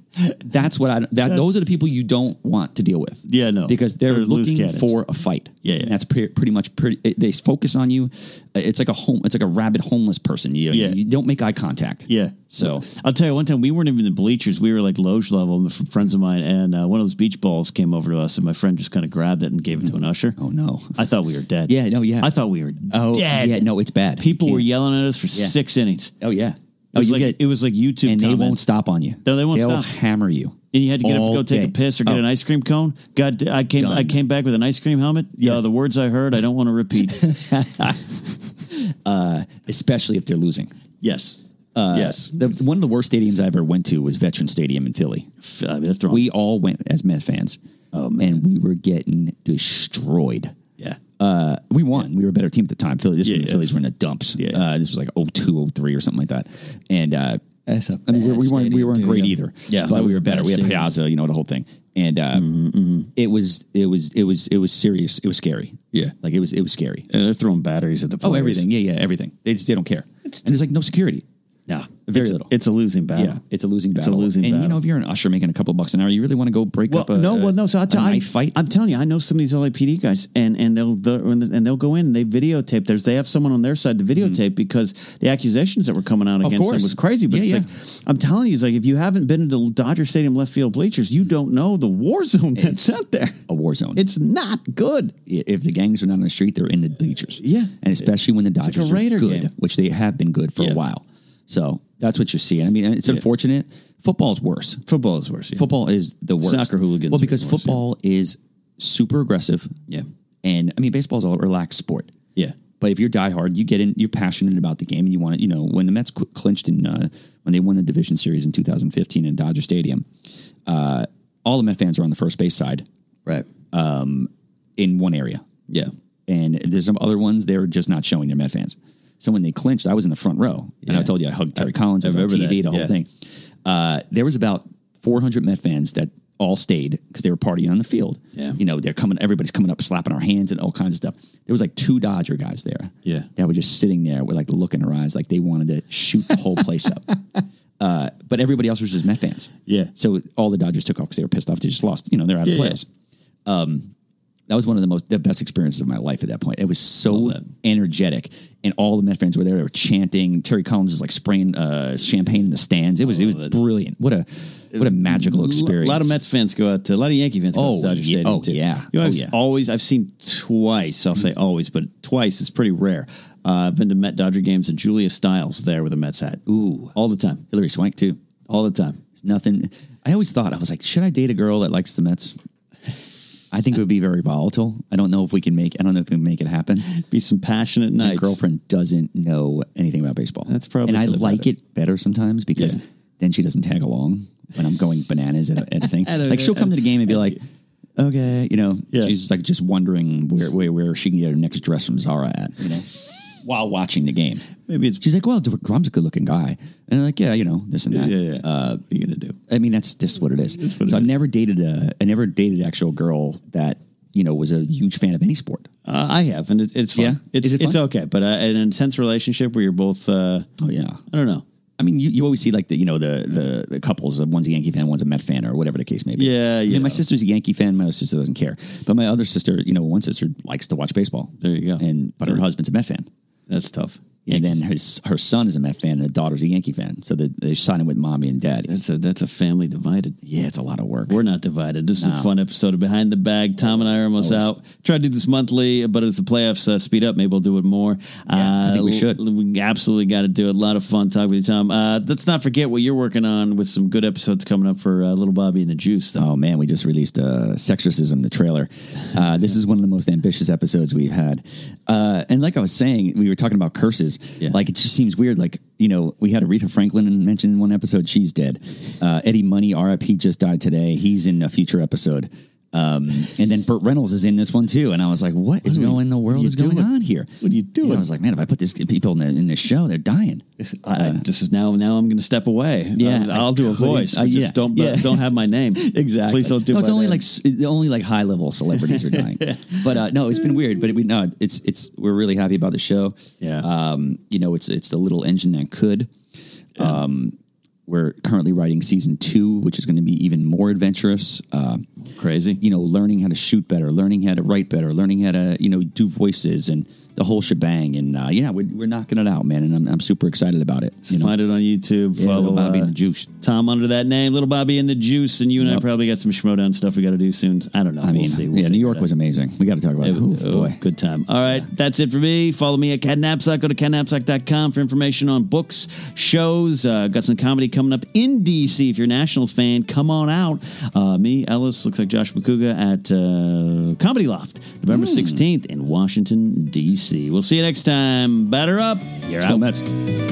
S4: that's what I that those are the people you don't want to deal with.
S3: Yeah, no.
S4: because they're,
S3: They're loose
S4: looking
S3: cannons.
S4: for for a fight.
S3: Yeah, yeah.
S4: And that's pre- pretty much pretty. It, they focus on you. Uh, It's like a home. It's like a rabid homeless person. You,
S3: Yeah.
S4: you don't make eye contact.
S3: Yeah.
S4: So
S3: I'll tell you, one time we weren't even in the bleachers. We were like loge level, and f- friends of mine, and uh, one of those beach balls came over to us, and my friend just kind of grabbed it and gave it to an usher.
S4: oh no.
S3: I thought we were dead.
S4: Yeah. No. Yeah.
S3: I thought we were
S4: Oh
S3: dead.
S4: yeah. No, it's bad.
S3: People
S4: You
S3: were
S4: can't-
S3: yelling at us for six innings.
S4: Oh yeah.
S3: It
S4: Oh,
S3: was
S4: you
S3: like,
S4: get
S3: it was like YouTube
S4: and they
S3: comments.
S4: won't stop on you.
S3: No, they won't
S4: They'll
S3: stop.
S4: hammer you.
S3: And you had to get up and
S4: all
S3: go take a
S4: day.
S3: piss or get
S4: Oh.
S3: an ice cream cone. God, da- I came.
S4: Done.
S3: I came back with an ice cream helmet. Yeah,
S4: Yes.
S3: the words I heard, I don't want to
S4: [laughs]
S3: repeat.
S4: especially if they're losing.
S3: yes, Uh, yes.
S4: The, one of the worst stadiums I ever went to was Veteran Stadium in Philly.
S3: F- I mean, that's wrong.
S4: We all went as Mets fans, oh, man. and we were getting destroyed.
S3: yeah, Uh,
S4: we won. We were a better team at the time. Philly, this
S3: Yeah,
S4: was when the
S3: yeah.
S4: Phillies were in the dumps.
S3: Yeah, yeah.
S4: Uh, this was like 02, 03 or something like that. And uh,
S3: That's a
S4: I mean, we,
S3: bad
S4: we weren't we
S3: stadium,
S4: weren't
S3: too,
S4: great
S3: yeah.
S4: either.
S3: Yeah, Mm-hmm, that
S4: but
S3: was a
S4: we were better.
S3: bad
S4: We had
S3: stadium.
S4: Piazza, you know, the whole thing. And uh, it was it was it was it was serious. It was scary.
S3: Yeah.
S4: like it was it was scary.
S3: and they're throwing batteries at the. Players.
S4: Oh, everything. Yeah, yeah, everything. They just they don't care. And there's like no security.
S3: No,
S4: Very
S3: it's,
S4: little.
S3: It's a losing battle.
S4: Yeah, it's a losing
S3: It's a
S4: battle.
S3: losing
S4: and you
S3: battle.
S4: know, if you're an usher making a couple bucks an hour, you really want to go break
S3: Well,
S4: up a
S3: no, well, no. So I
S4: a
S3: tell, I,
S4: knife fight.
S3: I'm telling you, I know some of these LAPD guys, and and they'll they'll- and they'll go in, and they videotape. There's they have someone on their side to videotape because the accusations that were coming out against them
S4: Mm-hmm. course.
S3: was crazy. But
S4: Yeah,
S3: it's like I'm telling you, it's like if you haven't been to the Dodger Stadium left field bleachers, you don't know the war zone that's
S4: Mm-hmm. It's
S3: out there.
S4: a war zone.
S3: It's not good.
S4: if the gangs are not on the street, they're in the bleachers.
S3: Yeah.
S4: and especially when the
S3: like
S4: Dodgers
S3: a Raider
S4: are good,
S3: game.
S4: which they have been good for
S3: Yeah.
S4: a while. So that's what you're seeing. I mean, and it's unfortunate. Football's worse.
S3: Football is worse. Yeah.
S4: Football is the worst.
S3: Soccer hooligans
S4: Well,
S3: are
S4: because
S3: the worst,
S4: football is super aggressive.
S3: Yeah.
S4: and I mean, baseball's a relaxed sport.
S3: Yeah.
S4: But if you're diehard, you get in, you're passionate about the game, and you want it. You know, when the Mets cl- clinched in, uh, when they won the division series in 2015 in Dodger Stadium, uh, all the Met fans were on the first base side
S3: Right.
S4: Uh, in one area.
S3: yeah.
S4: And there's some other ones they were just not showing their Met fans. So when they clinched, I was in the front row, and
S3: Yeah.
S4: I told you I hugged Terry Collins I was on
S3: remember
S4: TV,
S3: that,
S4: the whole
S3: yeah.
S4: thing. Uh, there was about 400 Met fans that all stayed because they were partying on the field.
S3: Yeah.
S4: you know they're coming, everybody's coming up, slapping our hands and all kinds of stuff. There was like two Dodger guys there.
S3: Yeah.
S4: that were just sitting there with like the look in their eyes, like they wanted to shoot the whole place
S3: [laughs]
S4: up. Uh, but everybody else was just Met fans.
S3: Yeah.
S4: So all the Dodgers took off because they were pissed off. They just lost. You know, they're out of
S3: Yeah,
S4: the
S3: yeah.
S4: playoffs that was one of the most the best experiences of my life at that point. It was so energetic, and all the Met fans were there. They were chanting. Terry Collins is like spraying uh, champagne in the stands. It was it was brilliant. What a what a magical experience.
S3: A lot of Mets fans go out to a lot of Yankee fans go out
S4: Oh,
S3: to Dodger
S4: yeah.
S3: Stadium
S4: Oh,
S3: too.
S4: yeah.
S3: You know,
S4: Oh,
S3: I've
S4: yeah.
S3: always I've seen twice. I'll say always, but twice is pretty rare. Uh, I've been to Met Dodger games and Julia Stiles there with a Mets hat. Ooh, all the time,
S4: Hillary Swank too.
S3: all the time.
S4: It's nothing. I always thought I was like, should I date a girl that likes the Mets? I think it would be very volatile. I don't know if we can make. I don't know if we can make it happen.
S3: Be some passionate
S4: My
S3: nights.
S4: girlfriend doesn't know anything about baseball.
S3: That's probably
S4: and I
S3: for the
S4: like
S3: better.
S4: it better sometimes because
S3: Yeah.
S4: then she doesn't tag along when I'm going bananas at a, at a thing.
S3: [laughs] At a-
S4: like she'll come to the game and be like, "Okay," you know,
S3: Yeah.
S4: she's like just wondering where, where where she can get her next dress from Zara at,
S3: [laughs]
S4: you know, while watching the game.
S3: Maybe it's
S4: She's like, "Well, Grom's a good looking guy," and I'm like, "Yeah, you know, this and
S3: yeah,
S4: that."
S3: yeah. Uh, what are you gonna do?
S4: I mean, that's just what it is.
S3: what
S4: so
S3: it
S4: I've
S3: is.
S4: never dated a, I never dated an actual girl that you know was a huge fan of any sport.
S3: Uh, I have, and it, it's fun.
S4: Yeah?
S3: It's
S4: Is it fun?
S3: it's okay, but uh, an intense relationship where you're both. Uh,
S4: Oh yeah.
S3: I don't know.
S4: I mean, you, you always see like the you know the the, the couples. uh, One's a Yankee fan, one's a Met fan, or whatever the case may be.
S3: Yeah,
S4: I mean,
S3: yeah.
S4: my sister's a Yankee fan. My other sister doesn't care, but my other sister, you know, one sister likes to watch baseball.
S3: There you go.
S4: And but her husband's a Met fan,
S3: That's tough.
S4: and then his her son is a Met fan, and the daughter's a Yankee fan. So they they sign it with mommy and daddy.
S3: That's a that's a family divided.
S4: yeah, it's a lot of work.
S3: We're not divided. This is
S4: No.
S3: a fun episode of Behind the Bag. Tom and I are almost
S4: Always.
S3: out. Try to do this monthly, but as the playoffs uh, speed up, maybe we'll do it more.
S4: Yeah, I think we should.
S3: l- We absolutely got to do it. A lot of fun talking with you, Tom. Uh, let's not forget what you're working on with some good episodes coming up for uh, Little Bobby and the Juice. Though.
S4: Oh man, we just released uh, Sexorcism, the trailer. Uh, this is one of the most ambitious episodes we've had. Uh, and like I was saying, we were talking about curses.
S3: Yeah.
S4: Like it just seems weird. Like you know, we had Aretha Franklin mentioned in one episode. She's dead. Uh, Eddie Money, RIP, just died today. He's in a future episode. Um, and then Burt Reynolds is in this one too. And I was like, what is going in the world
S3: you
S4: is going
S3: doing?
S4: on here?
S3: What are you doing?
S4: And I was like, man, if I put these people in the in this show, they're dying.
S3: I, I, Uh, this is now. Now I'm going to step away.
S4: Yeah,
S3: I'll, I'll
S4: I
S3: do a
S4: couldn't-
S3: voice.
S4: I-
S3: but just
S4: yeah,
S3: don't
S4: yeah.
S3: don't have my name.
S4: [laughs] Exactly.
S3: Please don't do.
S4: No, it's
S3: my
S4: only
S3: name.
S4: like s- only like high level celebrities
S3: [laughs]
S4: are dying. But uh, no, it's been weird. But we no, it's it's we're really happy about the show.
S3: Yeah.
S4: Um, you know, it's it's the little engine that could. Um, we're currently writing season two, which is going to be even more adventurous. Uh,
S3: crazy.
S4: you know, learning how to shoot better, learning how to write better, learning how to you know do voices and the whole shebang. And uh, yeah, we're, we're knocking it out, man. And I'm, I'm super excited about it.
S3: So find it on YouTube.
S4: Yeah, Little
S3: follow
S4: Bobby
S3: uh,
S4: and the Juice.
S3: Tom under that name, Little Bobby and the Juice, and you and I
S4: Yep.
S3: probably got some schmodown stuff we got to do soon. I don't know.
S4: I
S3: we'll
S4: mean,
S3: see. We'll
S4: yeah, New
S3: figure
S4: York
S3: it out.
S4: was amazing. We got to talk about
S3: It
S4: it.
S3: was-
S4: Ooh,
S3: oh,
S4: boy.
S3: Good time. All right. That's it for me. Follow me at Cat Knapsack. Go to catnapsack.com for information on books, shows. Uh, got some comedy coming up in D.C. If you're a Nationals fan, come on out. Uh, me, Ellis, looks like Josh McCouga at uh, Comedy Loft, November
S4: Hmm.
S3: 16th in Washington, D.C. We'll see you next time. Batter up. You're
S4: Let's go,
S3: out.
S4: Mets.